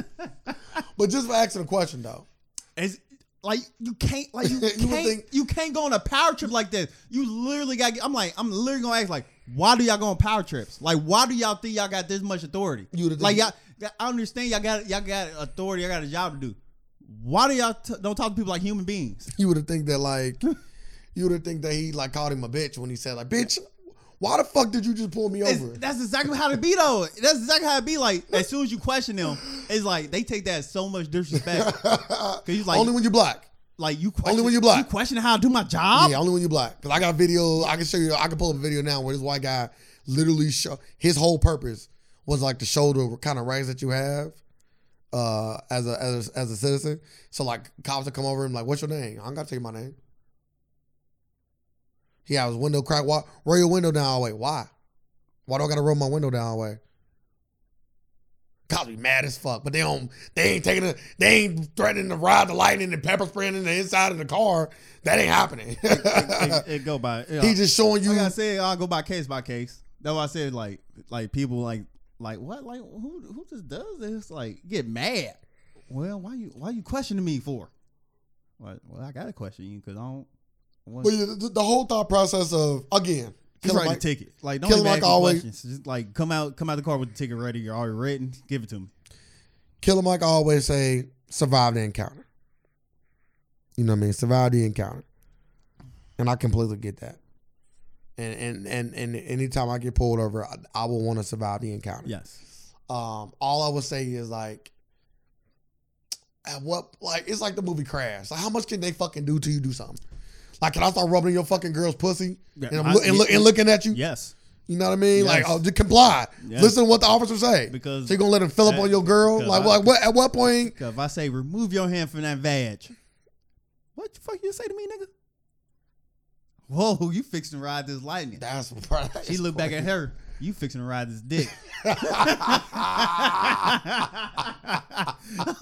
Speaker 2: but just for asking a question though.
Speaker 1: It's like you can't like you,
Speaker 2: You would
Speaker 1: can't
Speaker 2: think-
Speaker 1: you can't go on a power trip like this. You literally got. I'm like I'm literally gonna ask like, why do y'all go on power trips? Like why do y'all think y'all got this much authority?
Speaker 2: You would've
Speaker 1: like y'all,
Speaker 2: think-
Speaker 1: I understand y'all got y'all got authority. Y'all got a job to do. Why do y'all t- don't talk to people like human beings?
Speaker 2: You would have think that like, you would have think that he like called him a bitch when he said like, bitch, why the fuck did you just pull me
Speaker 1: It's-
Speaker 2: over?
Speaker 1: that's exactly how it be though. That's exactly how it be. Like as soon as you question them, it's like they take that as so much disrespect. Cause you like
Speaker 2: only when you're black.
Speaker 1: like you question,
Speaker 2: when you black.
Speaker 1: You question how I do my job.
Speaker 2: yeah, only when you're black. Cause I got a video. I can show you. I can pull up a video now where this white guy literally show his whole purpose was like to show the kind of rights that you have uh, as a as a, as a citizen. So like cops would come over and like, what's your name? I don't gotta tell you my name. He had his window crack. Why roll your window down all the way? Why? Why do I gotta roll my window down all the way? Cops be mad as fuck, but they don't. They ain't taking. A, they ain't threatening to ride the lightning and pepper spraying in the inside of the car. That ain't happening.
Speaker 1: it, it go by. Yeah.
Speaker 2: he just showing you.
Speaker 1: like I said, I'll go by case by case. That's why I said like like people like like what like who who just does this like get mad. Well, why you why you questioning me for? Well, well I got to question you because I don't. want-
Speaker 2: But the, the whole thought process of again,
Speaker 1: Just
Speaker 2: Killer
Speaker 1: write
Speaker 2: Mike-
Speaker 1: the ticket. Like don't
Speaker 2: Kill
Speaker 1: even
Speaker 2: him
Speaker 1: ask
Speaker 2: like
Speaker 1: me
Speaker 2: always.
Speaker 1: questions. Just like come out come out the car with the ticket ready. You're already written. Give it to me.
Speaker 2: Killer Mike always say, survive the encounter. You know what I mean? Survive the encounter. And I completely get that. And and and, and anytime I get pulled over, I, I will want to survive the encounter.
Speaker 1: Yes.
Speaker 2: Um, all I would say is like, at what like it's like the movie Crash. Like, how much can they fucking do till you do something? Like, can I start rubbing your fucking girl's pussy
Speaker 1: Yeah,
Speaker 2: and, I'm
Speaker 1: I-
Speaker 2: loo- and, loo- and looking at you?
Speaker 1: Yes.
Speaker 2: You know what I mean? Like,
Speaker 1: Yes.
Speaker 2: oh, just comply.
Speaker 1: Yes.
Speaker 2: Listen to what the officer say.
Speaker 1: Because-
Speaker 2: so you gonna let him fill up
Speaker 1: that-
Speaker 2: on your girl?
Speaker 1: because
Speaker 2: Like,
Speaker 1: I-
Speaker 2: like what? At what point?
Speaker 1: 'Cause if I say remove your hand from that vag, what the fuck you say to me, nigga? Whoa, you fixing to ride this lightning?
Speaker 2: That's probably.
Speaker 1: She looked back at her. You fixing to ride this dick. I'm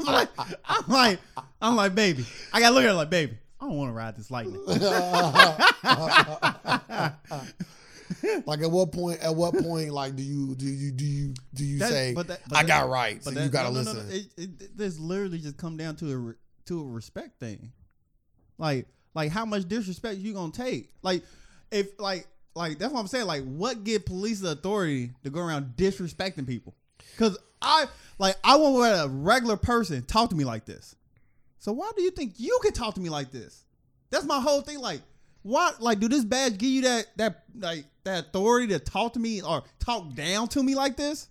Speaker 1: like, I'm like, I'm like, baby. I gotta look at her like, baby. I don't want to ride this lightning.
Speaker 2: like at what point? At what point? Like, do you do you do you do you
Speaker 1: That-
Speaker 2: say
Speaker 1: but that- but
Speaker 2: I
Speaker 1: that-
Speaker 2: got rights? and you gotta
Speaker 1: no, no,
Speaker 2: listen.
Speaker 1: No, no, It, it, this literally just come down to a re- to a respect thing. Like, like how much disrespect you gonna take? Like, if like like that's what I'm saying. Like, what give police the authority to go around disrespecting people? Because I like I won't let a regular person talk to me like this. So why do you think you can talk to me like this? That's my whole thing. Like, why? Like, do this badge give you that that like that authority to talk to me or talk down to me like this?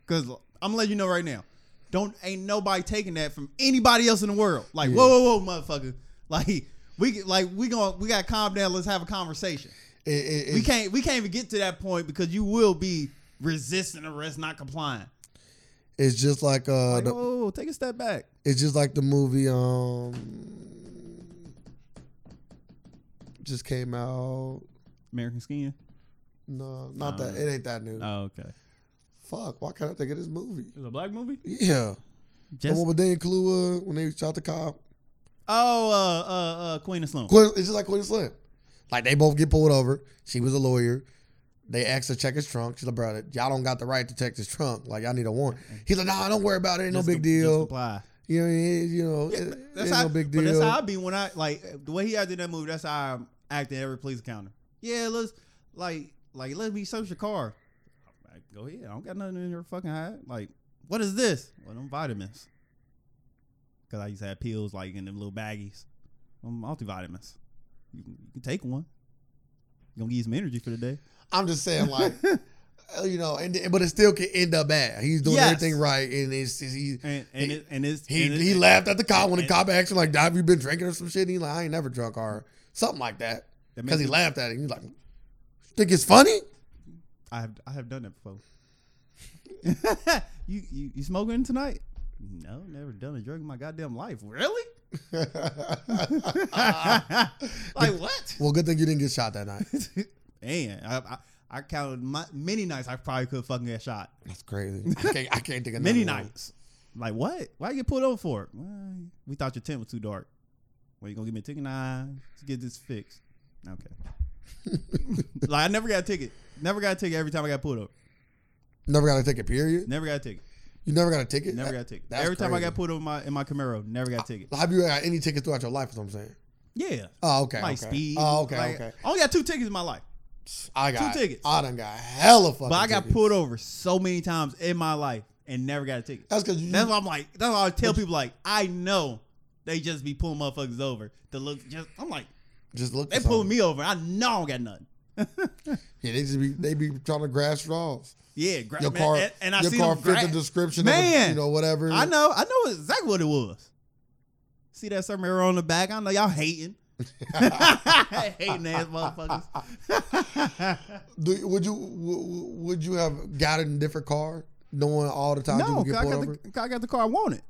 Speaker 1: Because I'm letting you know right now, don't ain't nobody taking that from anybody else in the world. Like, whoa, whoa, whoa, motherfucker! Like, we like we gonna we gotta calm down. Let's have a conversation.
Speaker 2: It- it-
Speaker 1: We
Speaker 2: it-
Speaker 1: can't we can't even get to that point because you will be resisting arrest, not complying.
Speaker 2: it's just like uh,
Speaker 1: Like,
Speaker 2: the,
Speaker 1: oh, take a step back.
Speaker 2: It's just like the movie um just came out.
Speaker 1: American skin.
Speaker 2: No, not
Speaker 1: No.
Speaker 2: that. It ain't that new.
Speaker 1: Oh, okay.
Speaker 2: Fuck. Why can't I think of this movie?
Speaker 1: It's a black movie.
Speaker 2: Yeah, the
Speaker 1: Just
Speaker 2: one with Dan Kaluuya when they shot the cop.
Speaker 1: Oh, uh, uh, uh, Queen of Sloan.
Speaker 2: Quinn, it's just like Quinn Slim. Like they both get pulled over. She was a lawyer. They asked her to check his trunk. She's like, "Brother, y'all don't got the right to check his trunk. Like y'all need a warrant." He's like, "Nah, don't worry about it. Ain't no
Speaker 1: Just
Speaker 2: big
Speaker 1: com- Just
Speaker 2: deal.
Speaker 1: comply.
Speaker 2: You know, it- you know, it, it
Speaker 1: That's
Speaker 2: ain't
Speaker 1: how,
Speaker 2: no big
Speaker 1: But that's how I
Speaker 2: deal."
Speaker 1: be when I like the way he acted in that movie. That's how I'm acting at every police encounter. Yeah, let's like like let me search your car. Like, go ahead. I don't got nothing in your fucking hide. Like, what is this? Well, them vitamins. Cause I used to have pills like in them little baggies. Um, multivitamins. You can, you can take one. Gonna give you some energy for the day.
Speaker 2: I'm just saying, like, uh, you know, and but it still can end up bad. He's doing
Speaker 1: Yes.
Speaker 2: everything right, and it's, it's- he
Speaker 1: And and it and it's
Speaker 2: he
Speaker 1: and it-
Speaker 2: he laughed at the cop when the
Speaker 1: and-
Speaker 2: cop asked him like, "Have you been drinking or some shit?" And he like, "I ain't never drunk or something like that,"
Speaker 1: that
Speaker 2: because
Speaker 1: makes
Speaker 2: he
Speaker 1: me-
Speaker 2: laughed at him. He's like, "Think it's funny?"
Speaker 1: I have I have done that before. you, you you smoking tonight? No, never done a drug in my goddamn life. Really? like what?
Speaker 2: Well, good thing you didn't get shot that night.
Speaker 1: Man, I, I, I counted my, many nights I probably could fucking get shot.
Speaker 2: That's crazy. I can't, I can't think of
Speaker 1: Many
Speaker 2: another one.
Speaker 1: nights. Like what? Why you get pulled over for it? Well, we thought your tent was too dark. Well, you gonna give me a ticket? Nah, let's get this fixed. Okay. like I never got a ticket. Never got a ticket every time I got pulled over.
Speaker 2: Never got a ticket. Period.
Speaker 1: Never got a ticket.
Speaker 2: You never got a ticket.
Speaker 1: Never got a
Speaker 2: That-
Speaker 1: ticket.
Speaker 2: that's
Speaker 1: every time I
Speaker 2: crazy.
Speaker 1: got pulled over in my in my Camaro, never got a ticket.
Speaker 2: Have you got any tickets throughout your life? Is what I'm saying.
Speaker 1: Yeah.
Speaker 2: Oh, okay.
Speaker 1: like
Speaker 2: okay.
Speaker 1: speed.
Speaker 2: Oh, okay.
Speaker 1: like-
Speaker 2: okay.
Speaker 1: I only got two tickets in my life.
Speaker 2: I got
Speaker 1: two tickets.
Speaker 2: I done got hella fucking.
Speaker 1: But I got
Speaker 2: tickets.
Speaker 1: pulled over so many times in my life and never got a ticket.
Speaker 2: That's because you.
Speaker 1: That's why I'm like, that's why I tell people like, I know they just be pulling motherfuckers over to look just I'm like,
Speaker 2: just look.
Speaker 1: they pulled me over. I know I don't got nothing.
Speaker 2: Yeah, they just be they be trying to grasp straws.
Speaker 1: Yeah, gra-
Speaker 2: Your
Speaker 1: man,
Speaker 2: car,
Speaker 1: and, and I
Speaker 2: your
Speaker 1: see
Speaker 2: car
Speaker 1: them
Speaker 2: fit the
Speaker 1: gra-
Speaker 2: description. of a,
Speaker 1: Man.
Speaker 2: you know whatever.
Speaker 1: I know, I know exactly what it was. See that somewhere on the back? I know y'all hating. hating ass motherfuckers.
Speaker 2: Do, would you w- would you have gotten a different car knowing all the times you
Speaker 1: no,
Speaker 2: would
Speaker 1: 'cause
Speaker 2: get
Speaker 1: I
Speaker 2: pulled
Speaker 1: got,
Speaker 2: over?
Speaker 1: the, 'cause I got the car I wanted.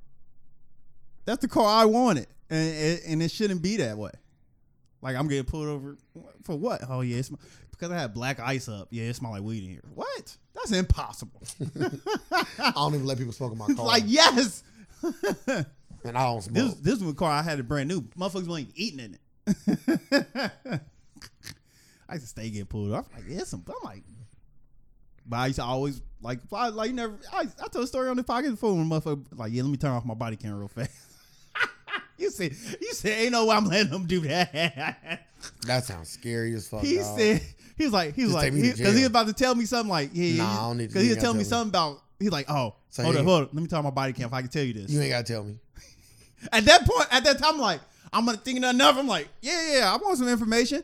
Speaker 1: That's the car I wanted, and, and and it shouldn't be that way. Like I'm getting pulled over for what? Oh yeah, it's because I had black ice up. Yeah, it smelled like weed in here. What? That's impossible.
Speaker 2: I don't even let people smoke in my car.
Speaker 1: like yes,
Speaker 2: and I don't smoke.
Speaker 1: this this one car I had it brand new. Motherfuckers wasn't even eating in it. I used to stay getting pulled off. Like yeah, some. I'm like, but I used to always like I, like you never. I, I told a story on the podcast before when motherfucker like yeah, let me turn off my body cam real fast. you said you said ain't no way I'm letting him do that.
Speaker 2: that sounds scary as fuck.
Speaker 1: he
Speaker 2: dog.
Speaker 1: said he was like he was
Speaker 2: Oh, Just
Speaker 1: like
Speaker 2: take me to
Speaker 1: because he, was
Speaker 2: jail.
Speaker 1: about to tell me something like yeah
Speaker 2: Nah, I don't need to-
Speaker 1: because he
Speaker 2: you
Speaker 1: was
Speaker 2: ain't
Speaker 1: telling me
Speaker 2: gotta tell
Speaker 1: something about he's like oh
Speaker 2: So
Speaker 1: hold
Speaker 2: you-
Speaker 1: up hold up let me turn off my body cam if I can tell you this
Speaker 2: "You ain't gotta tell me."
Speaker 1: at that point, at that time, I'm like, I'm gonna think of nothing else. I'm like, yeah, yeah, I want some information.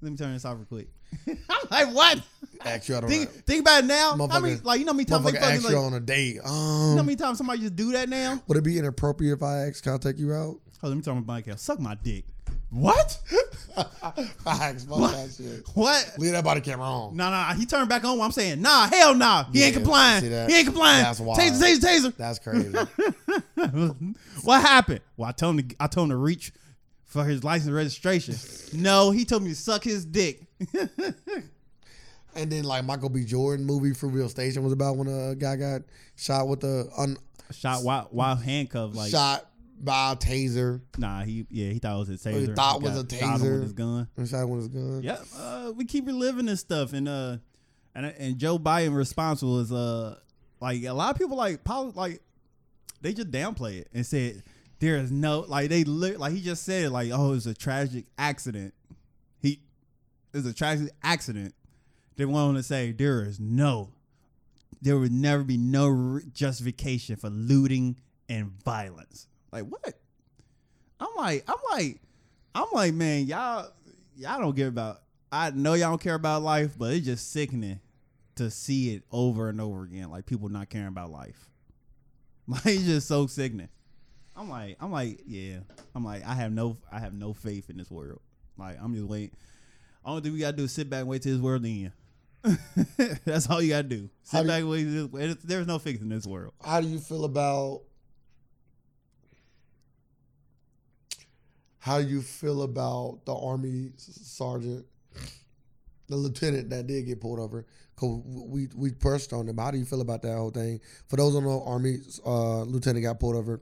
Speaker 1: Let me turn this off real quick. I'm like, what?
Speaker 2: Ask you out on
Speaker 1: Think,
Speaker 2: a
Speaker 1: think about it now. I mean,
Speaker 2: Motherfucker-
Speaker 1: like, you know how many times they
Speaker 2: motherfucker.
Speaker 1: fucking
Speaker 2: Ask
Speaker 1: like,
Speaker 2: you
Speaker 1: you
Speaker 2: on a date.
Speaker 1: know how
Speaker 2: Um,
Speaker 1: many times somebody just do that now?
Speaker 2: would it be inappropriate if I asked? Can I take you out?
Speaker 1: Oh, let me turn my mic out. Suck my dick. What?
Speaker 2: I asked fuck that shit.
Speaker 1: What?
Speaker 2: Leave that body camera on.
Speaker 1: Nah, nah. He turned back on. what I'm saying, nah, hell nah. He ain't
Speaker 2: Yeah,
Speaker 1: complying.
Speaker 2: see that?
Speaker 1: He ain't complying.
Speaker 2: That's wild.
Speaker 1: Taser, taser,
Speaker 2: That's crazy.
Speaker 1: taser. what happened? Well, I told him. To, I told him to reach for his license registration. no, he told me to suck his dick.
Speaker 2: and then like Michael B. Jordan movie Fruitville Station was about when a guy got shot with a un-
Speaker 1: shot while while handcuffed. Like
Speaker 2: shot by a taser
Speaker 1: nah, he yeah he thought it was a
Speaker 2: Oh, he
Speaker 1: taser.
Speaker 2: thought
Speaker 1: He
Speaker 2: it was
Speaker 1: got
Speaker 2: a
Speaker 1: shot him
Speaker 2: taser.
Speaker 1: with his gun.
Speaker 2: and shot with his gun.
Speaker 1: Yep, uh, we keep reliving this stuff, and uh, and and Joe Biden response was uh like a lot of people like poli- like they just downplay it and said there is no like they li- like he just said like oh it's a tragic accident. He it's a tragic accident. They want to say there is no. There would never be no re- justification for looting and violence. Like what? I'm like, I'm like, I'm like, man, y'all, y'all don't care about. I know y'all don't care about life, but it's just sickening to see it over and over again. Like people not caring about life. Like it's just so sickening. I'm like, I'm like, yeah. I'm like, I have no, I have no faith in this world. Like I'm just waiting. Only thing we gotta do is sit back and wait till this world end. That's all you gotta do. Sit
Speaker 2: How do you-
Speaker 1: back and wait. Till this, there's no fixing this world.
Speaker 2: How do you feel about how do you feel about the army sergeant, the lieutenant that did get pulled over? Cause we we pressed on them. How do you feel about that whole thing? For those who don't know, army uh, lieutenant got pulled over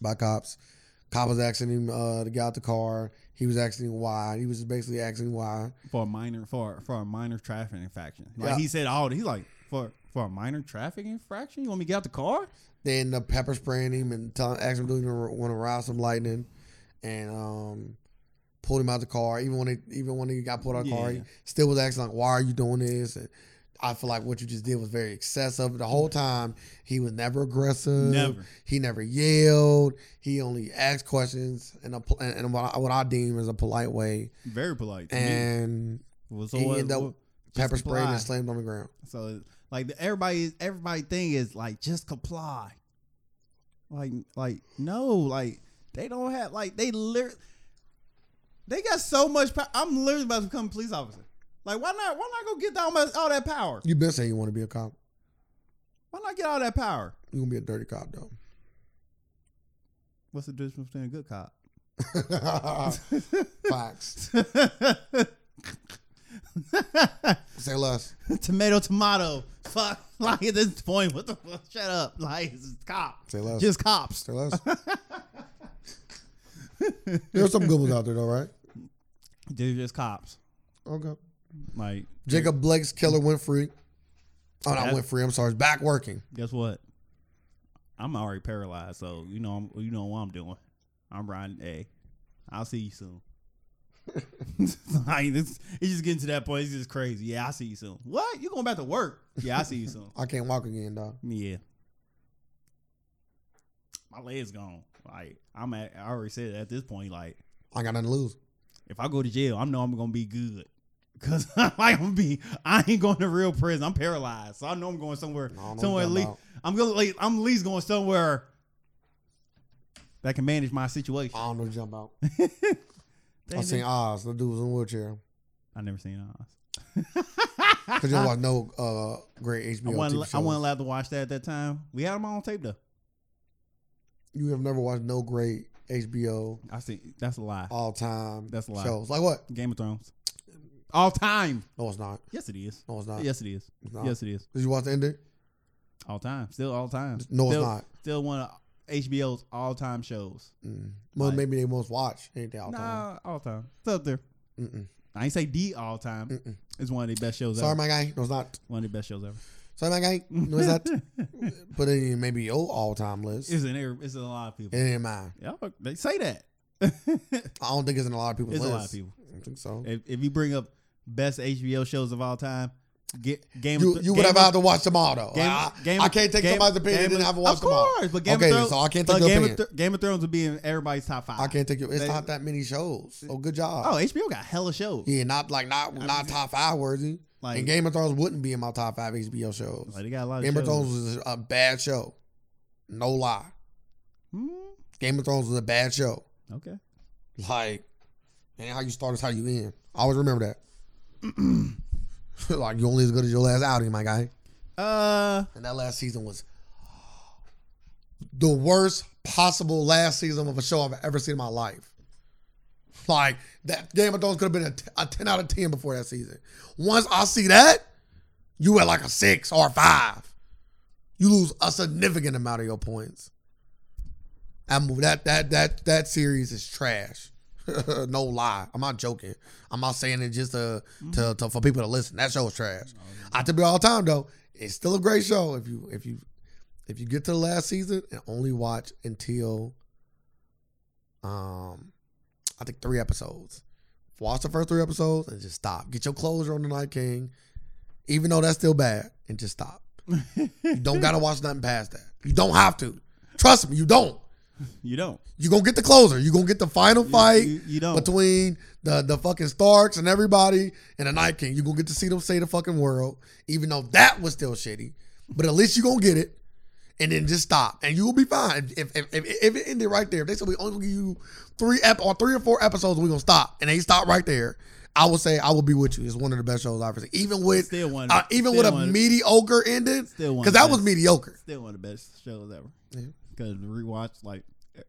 Speaker 2: by cops. Cop was asking him uh, to get out the car. He was asking why. He was basically asking why.
Speaker 1: for a minor for for a minor traffic infraction. Like
Speaker 2: Yeah.
Speaker 1: he said, all he's like for for a minor traffic infraction. You want me to get out the car?
Speaker 2: They end up pepper spraying him and telling, asking him to want to ride some lightning, and um, pulled him out the car. Even when they, even when he got pulled out the car, he
Speaker 1: Yeah.
Speaker 2: still was asking like, "Why are you doing this?" And I feel like what you just did was very excessive. The whole time he was never aggressive.
Speaker 1: Never.
Speaker 2: He never yelled. He only asked questions in a pol- in what I, what I deem as a polite way.
Speaker 1: Very polite. to me.
Speaker 2: And
Speaker 1: Well, so
Speaker 2: he
Speaker 1: what-
Speaker 2: ended up
Speaker 1: what- just
Speaker 2: pepper sprayed
Speaker 1: comply.
Speaker 2: and slammed on the ground.
Speaker 1: So like the, everybody everybody thing is like just comply. Like like no like they don't have like they literally they got so much power. I'm literally about to become a police officer. Like why not why not go get all, my, all that power?
Speaker 2: You've been saying you want to be a cop.
Speaker 1: Why not get all that power?
Speaker 2: You gonna be a dirty cop though.
Speaker 1: What's the difference between a good cop?
Speaker 2: Facts. Say less.
Speaker 1: tomato, tomato. Fuck. Like at this point, what the fuck? Shut up. Like it's just cops.
Speaker 2: Say less.
Speaker 1: Just cops.
Speaker 2: Say less. There's some good ones out there though, right?
Speaker 1: They're just cops.
Speaker 2: Okay.
Speaker 1: Like
Speaker 2: Jacob Blake's killer went free. Oh, not
Speaker 1: That-
Speaker 2: went free. I'm sorry. It's back working.
Speaker 1: guess what? I'm already paralyzed, so you know I'm, you know what I'm doing. I'm riding A. I'll see you soon. like, it's, it's just getting to that point. It's just crazy. Yeah, I'll see you soon. What? You going back to work? Yeah, I'll see you soon.
Speaker 2: I can't walk again, dog.
Speaker 1: Yeah. My leg's gone. Like I'm at I already said at this point, like,
Speaker 2: I got nothing to lose.
Speaker 1: if I go to jail, I know I'm gonna be good. Cause like I'm gonna be I ain't going to real prison. I'm paralyzed. So I know I'm going somewhere
Speaker 2: I don't know
Speaker 1: somewhere
Speaker 2: what
Speaker 1: at
Speaker 2: you're
Speaker 1: least
Speaker 2: talking
Speaker 1: I'm gonna like, I'm at least going somewhere that can manage my situation.
Speaker 2: about. I don't know jump out.
Speaker 1: They-
Speaker 2: Uh, I seen Oz. The dude was in a wheelchair.
Speaker 1: I never seen Oz.
Speaker 2: Cause you don't watch no uh, great
Speaker 1: I
Speaker 2: HBO TV
Speaker 1: wasn't,
Speaker 2: shows.
Speaker 1: I wasn't allowed to watch that at that time. We had them on tape though.
Speaker 2: you have never watched no great HBO
Speaker 1: I see that's a lie.
Speaker 2: all time
Speaker 1: That's a lie.
Speaker 2: shows. Like what?
Speaker 1: Game of Thrones. All time.
Speaker 2: No, it's not.
Speaker 1: Yes it is.
Speaker 2: No, it's not.
Speaker 1: Yes it is.
Speaker 2: It's not.
Speaker 1: Yes it is.
Speaker 2: Did you watch the ending?
Speaker 1: All time. Still all time.
Speaker 2: No,
Speaker 1: still,
Speaker 2: it's not.
Speaker 1: Still one of HBO's all time shows.
Speaker 2: Mm. Well,
Speaker 1: Like-
Speaker 2: maybe they most watch. Ain't they all time?
Speaker 1: Nah, all time. It's up there.
Speaker 2: Mm-mm.
Speaker 1: I ain't say D all time.
Speaker 2: Mm-mm.
Speaker 1: It's one of the best shows
Speaker 2: Sorry,
Speaker 1: ever.
Speaker 2: my guy. No, it's not.
Speaker 1: One of the best shows ever.
Speaker 2: Sorry, my guy. No, it's not. Put it in maybe your all time list. It
Speaker 1: it's in there. It's in a lot of people.
Speaker 2: ain't in mine.
Speaker 1: Yeah, they say that.
Speaker 2: I don't think it's in a lot of people's
Speaker 1: it's a
Speaker 2: list.
Speaker 1: lot of people.
Speaker 2: I don't think so.
Speaker 1: If, if you bring up best HBO shows of all time, get Game. of
Speaker 2: You,
Speaker 1: Thro-
Speaker 2: you would
Speaker 1: Game
Speaker 2: have
Speaker 1: of-
Speaker 2: had to watch them all though.
Speaker 1: Game,
Speaker 2: I,
Speaker 1: Game-
Speaker 2: I can't take
Speaker 1: Game-
Speaker 2: somebody's opinion and
Speaker 1: Game
Speaker 2: didn't
Speaker 1: of-
Speaker 2: have to watch
Speaker 1: Of
Speaker 2: them all.
Speaker 1: course, but Game
Speaker 2: okay,
Speaker 1: of Thrones.
Speaker 2: so I can't
Speaker 1: but
Speaker 2: take your
Speaker 1: Game of,
Speaker 2: opinion.
Speaker 1: Thro- Game of Thrones would be in everybody's top five.
Speaker 2: I can't take your. It's
Speaker 1: They-
Speaker 2: not that many shows. So good job.
Speaker 1: Oh, HBO got hella shows.
Speaker 2: Yeah, not like not not top five worthy.
Speaker 1: Like,
Speaker 2: and Game of Thrones wouldn't be in my top five HBO shows.
Speaker 1: like they got a lot of
Speaker 2: Game of
Speaker 1: shows.
Speaker 2: Thrones was a bad show. No lie.
Speaker 1: Hmm,
Speaker 2: Game of Thrones was a bad show.
Speaker 1: okay.
Speaker 2: Like, man, how you start is how you end. I always remember that. like you only as good as your last outing, my guy.
Speaker 1: Uh,
Speaker 2: And that last season was the worst possible last season of a show I've ever seen in my life. Like that Game of Thrones could have been a, t- a ten out of ten before that season. Once I see that, you at like a six or a five. You lose a significant amount of your points. That move that that that that series is trash. no lie, I'm not joking. I'm not saying it just to, to, to for people to listen. That show is trash. I tell you all the time though, it's still a great show if you if you if you get to the last season and only watch until um I think three episodes. Watch the first three episodes and just stop. Get your closure on the Night King, even though that's still bad, and just stop. You don't gotta watch nothing past that. You don't have to. Trust me, you don't.
Speaker 1: you don't.
Speaker 2: You're gonna get the closer. You're gonna get the final
Speaker 1: You-
Speaker 2: fight
Speaker 1: You, you don't.
Speaker 2: between the the fucking Starks and everybody and the Night King. You're gonna get to see them say the fucking world, even though that was still shitty. But at least you're gonna get it. And then just stop, and you will be fine. If if, if, if it ended right there, if they said we only gonna give you three ep- or three or four episodes, we are gonna stop, and they stop right there. I will say I will be with you. It's one of the best shows I've ever seen. Even with
Speaker 1: still one.
Speaker 2: uh, even
Speaker 1: still
Speaker 2: with a
Speaker 1: one,
Speaker 2: mediocre ending,
Speaker 1: Still one.
Speaker 2: because that
Speaker 1: best-
Speaker 2: was mediocre.
Speaker 1: Still one of the best shows ever.
Speaker 2: Yeah.
Speaker 1: Because rewatch like eh,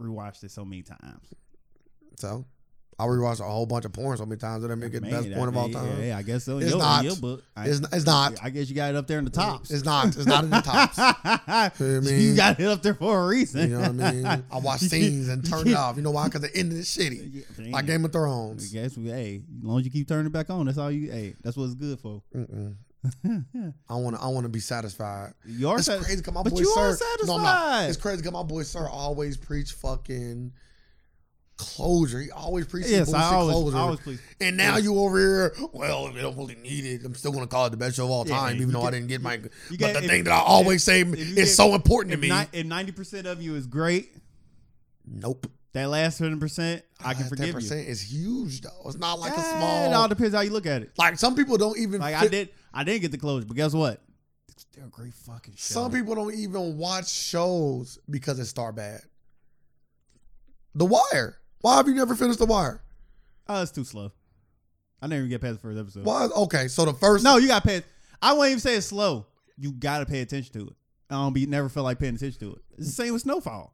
Speaker 1: rewatched it so many times.
Speaker 2: So I rewatched a whole bunch of porn so many times that I make it the
Speaker 1: Man,
Speaker 2: best
Speaker 1: that-
Speaker 2: porn of all time.
Speaker 1: Yeah, yeah, I guess so.
Speaker 2: It's
Speaker 1: Your-
Speaker 2: not.
Speaker 1: your book. I,
Speaker 2: It's it's not.
Speaker 1: I guess you got it up there in the tops.
Speaker 2: It's not. It's not in the tops. You know what I mean?
Speaker 1: you got it up there for a reason.
Speaker 2: You know what I mean? I watch scenes and turn it off. You know why? Because the ending is shitty.
Speaker 1: Yeah,
Speaker 2: Like
Speaker 1: damn.
Speaker 2: Game of
Speaker 1: I
Speaker 2: Thrones.
Speaker 1: guess we, hey, as long as you keep turning it back on, that's all you. Hey, that's what it's good for.
Speaker 2: Mm-mm. I want to. I want to be satisfied.
Speaker 1: You are
Speaker 2: It's
Speaker 1: sat-
Speaker 2: crazy. Cause my
Speaker 1: but
Speaker 2: boy
Speaker 1: you
Speaker 2: sir.
Speaker 1: are
Speaker 2: No, I'm not.
Speaker 1: satisfied.
Speaker 2: It's crazy. Cause my boy sir always preach fucking closure. He always preaches
Speaker 1: Yes,
Speaker 2: bullshit
Speaker 1: I always,
Speaker 2: closure.
Speaker 1: I always please.
Speaker 2: and now you over here. Well, if they don't really need it, I'm still gonna call it the best show of all
Speaker 1: Yeah,
Speaker 2: time,
Speaker 1: you
Speaker 2: even though I
Speaker 1: get-
Speaker 2: didn't get my.
Speaker 1: you
Speaker 2: but
Speaker 1: get-
Speaker 2: the
Speaker 1: if-
Speaker 2: thing that I always say
Speaker 1: you
Speaker 2: is
Speaker 1: get-
Speaker 2: so important to
Speaker 1: If
Speaker 2: me.
Speaker 1: ni- if ninety percent of you is great,
Speaker 2: nope.
Speaker 1: that last twenty percent, I can forgive you.
Speaker 2: Is huge though. It's not Ah, like
Speaker 1: Ah,
Speaker 2: a
Speaker 1: It all
Speaker 2: small.
Speaker 1: depends how you look at it.
Speaker 2: Like some people don't even.
Speaker 1: Like I
Speaker 2: fit-
Speaker 1: did, I didn't get the closure, but guess what? They're a great fucking show.
Speaker 2: Some people don't even watch shows because it's star bad. The Wire. Why have you never finished The Wire?
Speaker 1: oh, it's too slow. I didn't even get past the first episode.
Speaker 2: Why? Okay, so the first.
Speaker 1: No, you got to pay. I won't even say it's slow. You got to pay attention to it. I don't be never feel like paying attention to it. It's the same with Snowfall.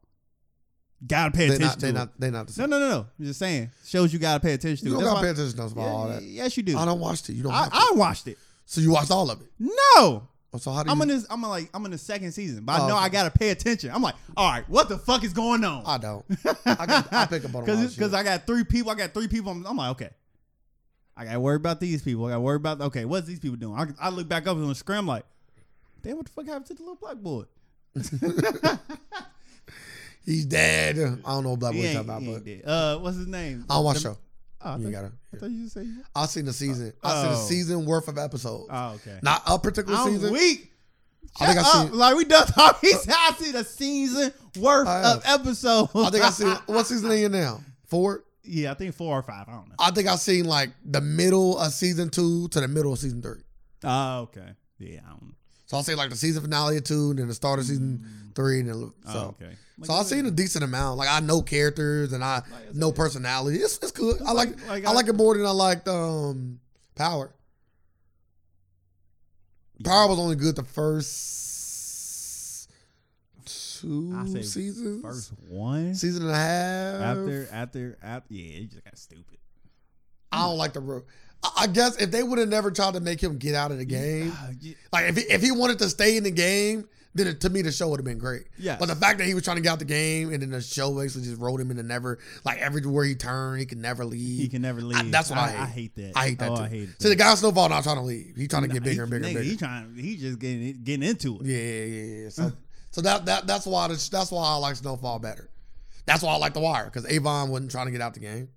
Speaker 1: Got to pay
Speaker 2: they're
Speaker 1: attention
Speaker 2: not.
Speaker 1: to
Speaker 2: They're
Speaker 1: it.
Speaker 2: not. They're not the
Speaker 1: No,
Speaker 2: same.
Speaker 1: no, no, no. I'm just saying. Shows you got to pay attention to.
Speaker 2: you
Speaker 1: it.
Speaker 2: don't
Speaker 1: That's why-
Speaker 2: gotta pay attention to all that.
Speaker 1: Yeah, Yes, you do.
Speaker 2: I
Speaker 1: I,
Speaker 2: don't watch it. You don't.
Speaker 1: I,
Speaker 2: have to.
Speaker 1: watched it.
Speaker 2: so you watched all of it. Oh,
Speaker 1: No.
Speaker 2: So how do you?
Speaker 1: I'm in this. I'm in like. I'm in the second season, but
Speaker 2: Oh,
Speaker 1: I know
Speaker 2: okay.
Speaker 1: I gotta pay attention. I'm like, all right, what the fuck is going on?
Speaker 2: I don't. I, can, I pick up on a lot of
Speaker 1: because
Speaker 2: shit.
Speaker 1: I got three people. I got three people. I'm, I'm like, okay. I I gotta worry about these people. I gotta worry about okay, what's these people doing? I, I look back up on the scrim like, damn, what the fuck happened to the little black boy?
Speaker 2: He's dead. I don't know what Black
Speaker 1: He
Speaker 2: Boy talking
Speaker 1: ain't,
Speaker 2: about,
Speaker 1: he
Speaker 2: but
Speaker 1: ain't dead. Uh, what's his name?
Speaker 2: I don't watch the
Speaker 1: Dem-
Speaker 2: show.
Speaker 1: Oh, I,
Speaker 2: You
Speaker 1: thought,
Speaker 2: gotta.
Speaker 1: I thought you said.
Speaker 2: I seen the season. I seen
Speaker 1: Oh.
Speaker 2: a season worth of episodes.
Speaker 1: Oh, okay.
Speaker 2: Not a particular
Speaker 1: I'm
Speaker 2: season.
Speaker 1: weak.
Speaker 2: I think
Speaker 1: Shut
Speaker 2: I
Speaker 1: up.
Speaker 2: seen-
Speaker 1: Like we done talking. He said I see the season worth
Speaker 2: I
Speaker 1: of episodes.
Speaker 2: I think I seen what season are you in now? Four.
Speaker 1: yeah, I think four or five. I don't know.
Speaker 2: I think I seen like the middle of season two to the middle of season three.
Speaker 1: Oh, okay. Yeah, I don't know.
Speaker 2: So I'll say like the season finale of two, and then the start of season three, and then so.
Speaker 1: Mm-hmm. Oh, okay.
Speaker 2: So I've seen a decent amount. Like I know characters and I
Speaker 1: Like I
Speaker 2: know
Speaker 1: said.
Speaker 2: personality. It's, it's good. I like
Speaker 1: like
Speaker 2: I like it more than I liked um Power. Power was only good the first
Speaker 1: I
Speaker 2: two
Speaker 1: say
Speaker 2: seasons, uh,
Speaker 1: first one
Speaker 2: season and a half.
Speaker 1: after after after. Yeah, it just got stupid.
Speaker 2: I don't like the. ro- I I guess if they would have never tried to make him get out of the game,
Speaker 1: Ah, ye-
Speaker 2: like if he, if he wanted to stay in the game, then it, to me the show would have been great.
Speaker 1: Yes.
Speaker 2: But the fact that he was trying to get out the game and then the show basically just rolled him into never like everywhere he turned he could never leave.
Speaker 1: He can never leave.
Speaker 2: that's what I
Speaker 1: I
Speaker 2: hate.
Speaker 1: hate that.
Speaker 2: I hate that
Speaker 1: Oh,
Speaker 2: too.
Speaker 1: I hate it.
Speaker 2: See, the guy's snowball not trying to leave. He's trying to get bigger and bigger
Speaker 1: nigga, Mm.
Speaker 2: and bigger.
Speaker 1: He trying. He just getting it- getting into it.
Speaker 2: Yeah, yeah, yeah, yeah. So, so that that that's why the, that's why I like Snowfall better. That's why I like The Wire because Avon wasn't trying to get out the game.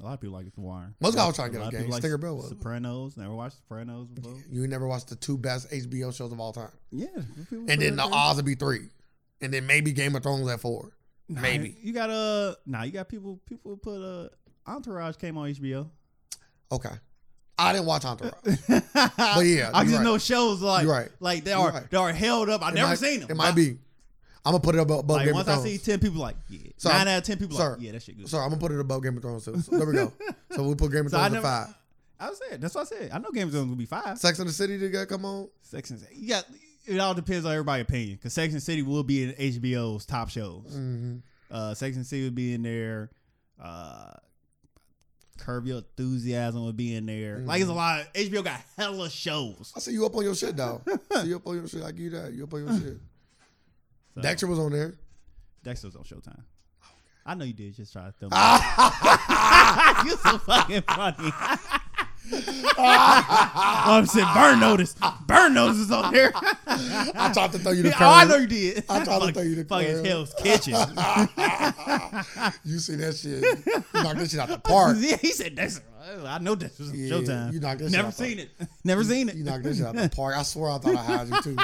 Speaker 1: A lot of people like The Wire.
Speaker 2: Most
Speaker 1: A
Speaker 2: guys
Speaker 1: lot-
Speaker 2: was trying to get
Speaker 1: a lot
Speaker 2: out
Speaker 1: of
Speaker 2: the game.
Speaker 1: people like
Speaker 2: Stinger Bell was.
Speaker 1: Sopranos. Never watched Sopranos before.
Speaker 2: You ain't never watched the two best HBO shows of all time,
Speaker 1: Yeah. people put
Speaker 2: and then
Speaker 1: it
Speaker 2: The
Speaker 1: out there.
Speaker 2: Oz would be three, and then maybe Game of Thrones at four.
Speaker 1: Nah,
Speaker 2: maybe.
Speaker 1: you got uh nah. You got people. People put uh Entourage came on HBO.
Speaker 2: Okay, I didn't watch Entourage.
Speaker 1: but
Speaker 2: yeah,
Speaker 1: I
Speaker 2: you're
Speaker 1: just
Speaker 2: right.
Speaker 1: know shows like
Speaker 2: You're right.
Speaker 1: like they
Speaker 2: You're
Speaker 1: are
Speaker 2: right.
Speaker 1: they are held up. I've
Speaker 2: It
Speaker 1: never
Speaker 2: might-
Speaker 1: seen them.
Speaker 2: It might be. I'm gonna put it above, above
Speaker 1: Like
Speaker 2: Game
Speaker 1: once
Speaker 2: of
Speaker 1: I
Speaker 2: Thrones.
Speaker 1: see ten people like yeah,
Speaker 2: So
Speaker 1: nine
Speaker 2: I'm-
Speaker 1: out of ten people
Speaker 2: sir.
Speaker 1: like yeah, that shit good.
Speaker 2: Sorry, I'm gonna put it above Game of Thrones too. So there we go. so we put Game of
Speaker 1: So
Speaker 2: Thrones
Speaker 1: I
Speaker 2: at
Speaker 1: never-
Speaker 2: five.
Speaker 1: I said that's what I said. I know Game of Thrones will be five.
Speaker 2: Sex in the City did that come on?
Speaker 1: Sex and City. Yeah, it all depends on everybody's opinion. Because Sex and City will be in HBO's top shows.
Speaker 2: Mm-hmm.
Speaker 1: Uh, Sex and City would be in there. Uh, Curb Your Enthusiasm would be in there. Like
Speaker 2: Mm.
Speaker 1: it's a lot. Of, HBO got hella shows.
Speaker 2: I see you up on your shit, though. see you up on your shit. I give you that. You up on your shit.
Speaker 1: So,
Speaker 2: Dexter was on there.
Speaker 1: Dexter's on Showtime. I know you did. Just try to thumb.
Speaker 2: I
Speaker 1: You're so fucking funny. Oh, I'm saying burn notice. Burn notice is on there.
Speaker 2: tried to throw you the
Speaker 1: Yeah,
Speaker 2: curve.
Speaker 1: oh, I know you did.
Speaker 2: I tried to
Speaker 1: Fuck-
Speaker 2: throw you the
Speaker 1: fucking
Speaker 2: curve.
Speaker 1: Hell's Kitchen.
Speaker 2: You see that shit. You knocked that shit out the park.
Speaker 1: yeah, he said that's. I know this was on
Speaker 2: Yeah,
Speaker 1: Showtime.
Speaker 2: you knocked that shit
Speaker 1: Never
Speaker 2: out the-
Speaker 1: seen it. Never seen it.
Speaker 2: You knocked that shit out the park. I swear I thought I had you too.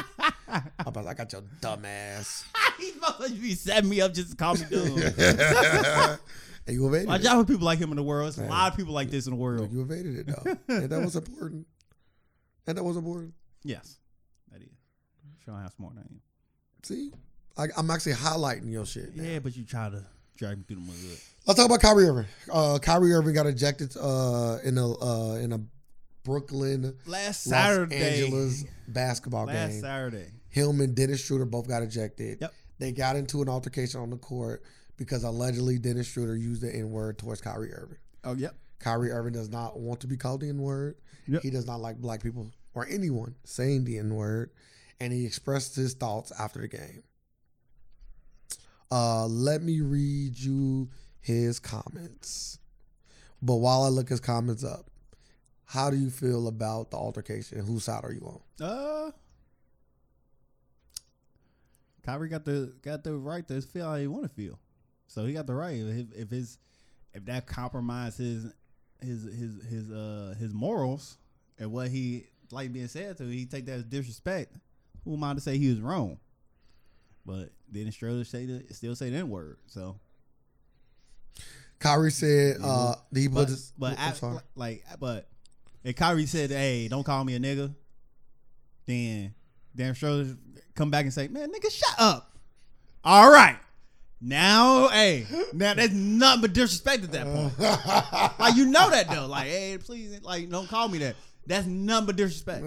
Speaker 2: I was like, I got your dumb ass.
Speaker 1: He's supposed to be setting me up just to call me dude.
Speaker 2: and you evaded
Speaker 1: Watch
Speaker 2: it.
Speaker 1: out for people like him in the world. There's a lot of people like this in the world.
Speaker 2: You evaded it, though. And that was important. And that was important.
Speaker 1: Yes, that is. Showing how smart I am.
Speaker 2: See? I, I'm actually highlighting your shit. now.
Speaker 1: Yeah, but you try to drag me through the mud.
Speaker 2: Let's talk about Kyrie Irving. Uh, Kyrie Irving got ejected uh, in a uh, in a Brooklyn
Speaker 1: Last
Speaker 2: Los
Speaker 1: Saturday.
Speaker 2: Angeles basketball
Speaker 1: last
Speaker 2: game.
Speaker 1: Saturday.
Speaker 2: Him and Dennis Schroeder both got ejected.
Speaker 1: Yep.
Speaker 2: They got into an altercation on the court because allegedly Dennis Schroeder used the N word towards Kyrie Irving.
Speaker 1: Oh yep.
Speaker 2: Kyrie Irving does not want to be called the N word.
Speaker 1: Yep.
Speaker 2: He does not like black people or anyone saying the N word. And he expressed his thoughts after the game. Uh, let me read you his comments. But while I look his comments up, how do you feel about the altercation? Whose side are you on?
Speaker 1: Uh, Kyrie got the got the right to feel how he want to feel, so he got the right. If, if his if that compromised his his his his uh his morals and what he like being said to, he take that as disrespect. Who am I to say he was wrong? But then Schroeder say the, still say that word. So,
Speaker 2: Kyrie said uh, he put
Speaker 1: but
Speaker 2: his,
Speaker 1: but
Speaker 2: I'm
Speaker 1: I-
Speaker 2: sorry.
Speaker 1: like but if Kyrie said, "Hey, don't call me a nigga," then Dan Schroeder come back and say, "Man, nigga, shut up." All right, now, hey, now that's nothing but disrespect at that point. Like you know that though. Like, hey, please, like, don't call me that. That's nothing but disrespect.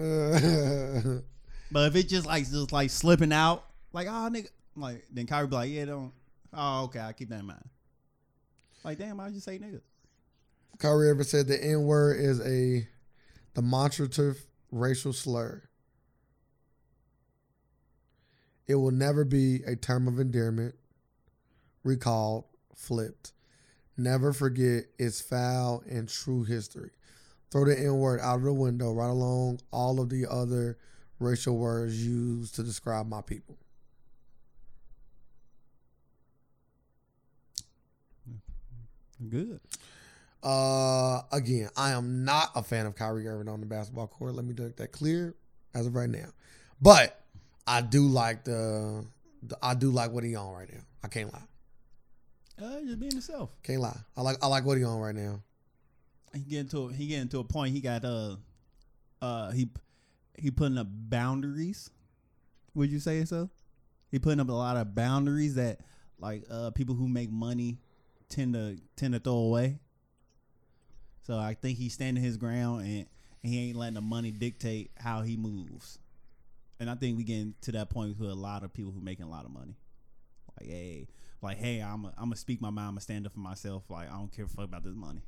Speaker 1: But if it's just like just like slipping out, like, oh nigga, like then Kyrie be like, yeah, don't. Oh, okay, I keep that in mind. Like, damn, I just say nigga.
Speaker 2: Kyrie Irving said the N word is a demonstrative racial slur. It will never be a term of endearment, recalled, flipped. Never forget its foul and true history. Throw the N word out of the window, right along all of the other racial words used to describe my people.
Speaker 1: Good.
Speaker 2: Uh, again, I am not a fan of Kyrie Irving on the basketball court. Let me make that clear as of right now. But I do like the, the I do like what he on right now. I can't lie.
Speaker 1: Uh, just being himself.
Speaker 2: Can't lie. I like I like what he on right now.
Speaker 1: He getting to a, he getting to a point. He got uh, uh, he he putting up boundaries. Would you say so? He putting up a lot of boundaries that like uh people who make money tend to tend to throw away. So I think he's standing his ground and, and he ain't letting the money dictate how he moves. And I think we getting to that point with a lot of people who making a lot of money. Like hey, like hey, I'm a, I'm gonna speak my mind, I'm gonna stand up for myself. Like I don't care a fuck about this money.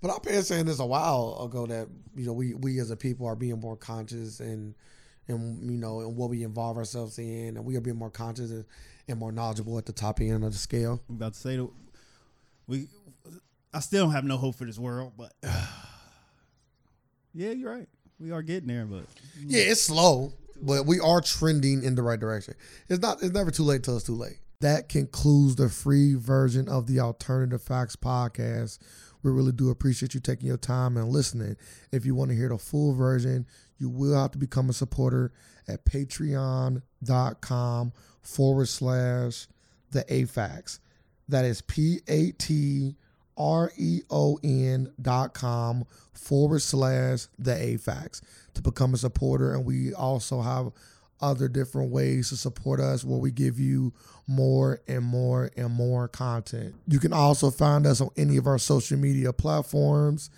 Speaker 2: But I've been saying this a while ago that you know we we as a people are being more conscious and and you know and what we involve ourselves in, and we are being more conscious and, and more knowledgeable at the top end of the scale.
Speaker 1: I'm about to say that we I still don't have no hope for this world, but yeah, you're right. We are getting there, but
Speaker 2: Yeah, it's slow, but we are trending in the right direction. It's not. It's never too late till it's too late. That concludes the free version of the Alternative Facts podcast. We really do appreciate you taking your time and listening. If you want to hear the full version, you will have to become a supporter at patreon.com forward slash the AFAX. That is P A T R E O N dot com forward slash the AFAX to become a supporter. And we also have other different ways to support us where we give you more and more and more content. You can also find us on any of our social media platforms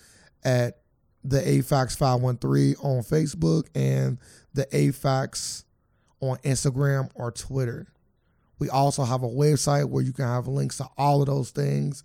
Speaker 2: at the AFAX 513 on Facebook and the AFAX on Instagram or Twitter. We also have a website where you can have links to all of those things,